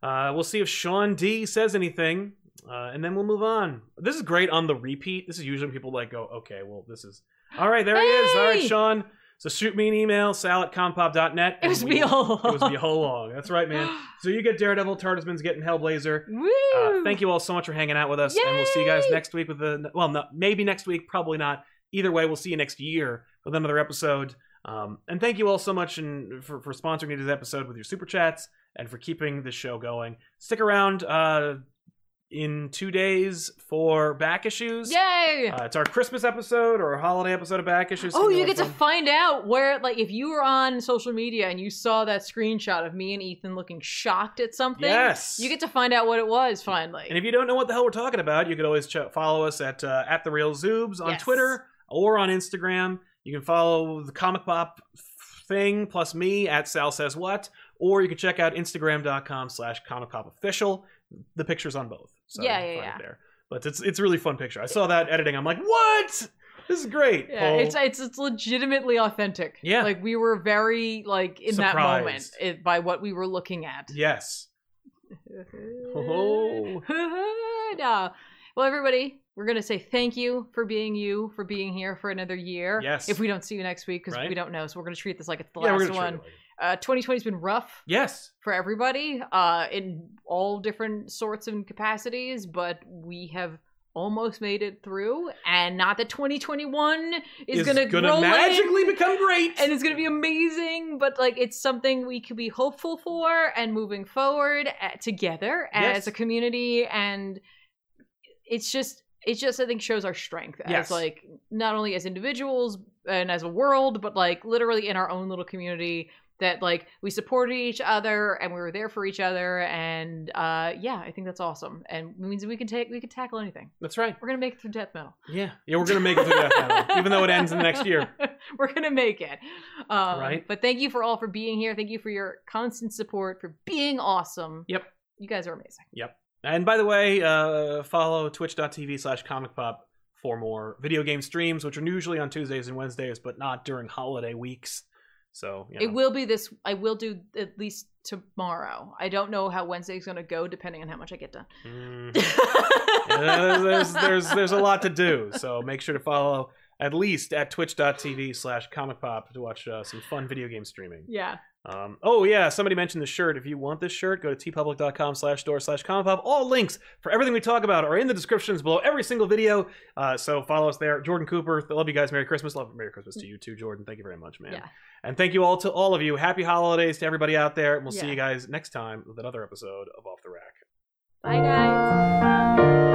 uh, we'll see if Sean D says anything, uh, and then we'll move on. This is great on the repeat. This is usually when people like go, okay, well, this is all right. There he is. All right, Hey! Sean. So shoot me an email, sal at compop.net. It was me all. It was me all along. That's right, man. Uh, So you get Daredevil, Tardisman's getting Hellblazer. Woo! Uh, thank you all so much for hanging out with us, and we'll see you guys Yay! next week with the well, no, maybe next week, probably not. Either way, we'll see you next year with another episode. Um, and thank you all so much and for, for sponsoring today's episode with your super chats and for keeping the show going. Stick around uh, in two days for back issues. Yay! Uh, it's our Christmas episode or our holiday episode of back issues. oh, something you like get to that. find out where, like, if you were on social media and you saw that screenshot of me and Ethan looking shocked at something. yes. You get to find out what it was finally. And if you don't know what the hell we're talking about, you could always ch- follow us at uh, at the Real Zoobs on Yes. Twitter or on Instagram. You can follow the Comic Pop thing plus me at Sal Says What, or you can check out Instagram.com slash Comic Pop Official. The pictures on both, so Yeah, you can yeah, find yeah. it there. But it's it's a really fun picture. I saw that editing. I'm like, what? This is great. Oh, yeah, Paul. it's, it's it's legitimately authentic. Yeah. like we were very like in that moment Surprised. it, by what we were looking at. yes. Oh. no. Well, everybody, we're gonna say thank you for being you for being here for another year. Yes. If we don't see you next week because Right. we don't know, so we're gonna treat this like it's the yeah, we're last gonna treat it one. like it. Uh, 2020's been rough Yes. for everybody uh, in all different sorts and capacities, but we have almost made it through. And not that 2021 is, It's gonna, roll in magically become great. and it's going to be amazing but like it's something we can be hopeful for and moving forward uh, together Yes. as a community and it's just it just i think shows our strength as Yes. like not only as individuals and as a world but like literally in our own little community that like we supported each other and we were there for each other and uh yeah i think that's awesome and it means we can take we can tackle anything That's right. we're gonna make it through death metal Yeah. Yeah, we're gonna make it through that battle, even though it ends in the next year. We're gonna make it. Um, Right. But thank you for all for being here. Thank you for your constant support for being awesome. Yep. You guys are amazing. And by the way, uh, follow twitch.tv slash comic pop for more video game streams, which are usually on Tuesdays and Wednesdays, but not during holiday weeks. So, you know. It will be this. I will do at least tomorrow. I don't know how Wednesday's gonna go, depending on how much I get done. Mm. Yeah, there's, there's, there's a lot to do. So make sure to follow at least at twitch.tv slash comic pop to watch uh, some fun video game streaming. Yeah. Um, oh yeah, somebody mentioned the shirt. If you want this shirt, go to tpublic.com slash store slash compop. All links for everything we talk about are in the descriptions below every single video. Uh, so follow us there. Jordan Cooper, love you guys. Merry Christmas. Love Merry Christmas to you too, Jordan. Thank you very much, man. Yeah. And thank you all to all of you. Happy holidays to everybody out there. And we'll see Yeah. you guys next time with another episode of Off the Rack. Bye guys.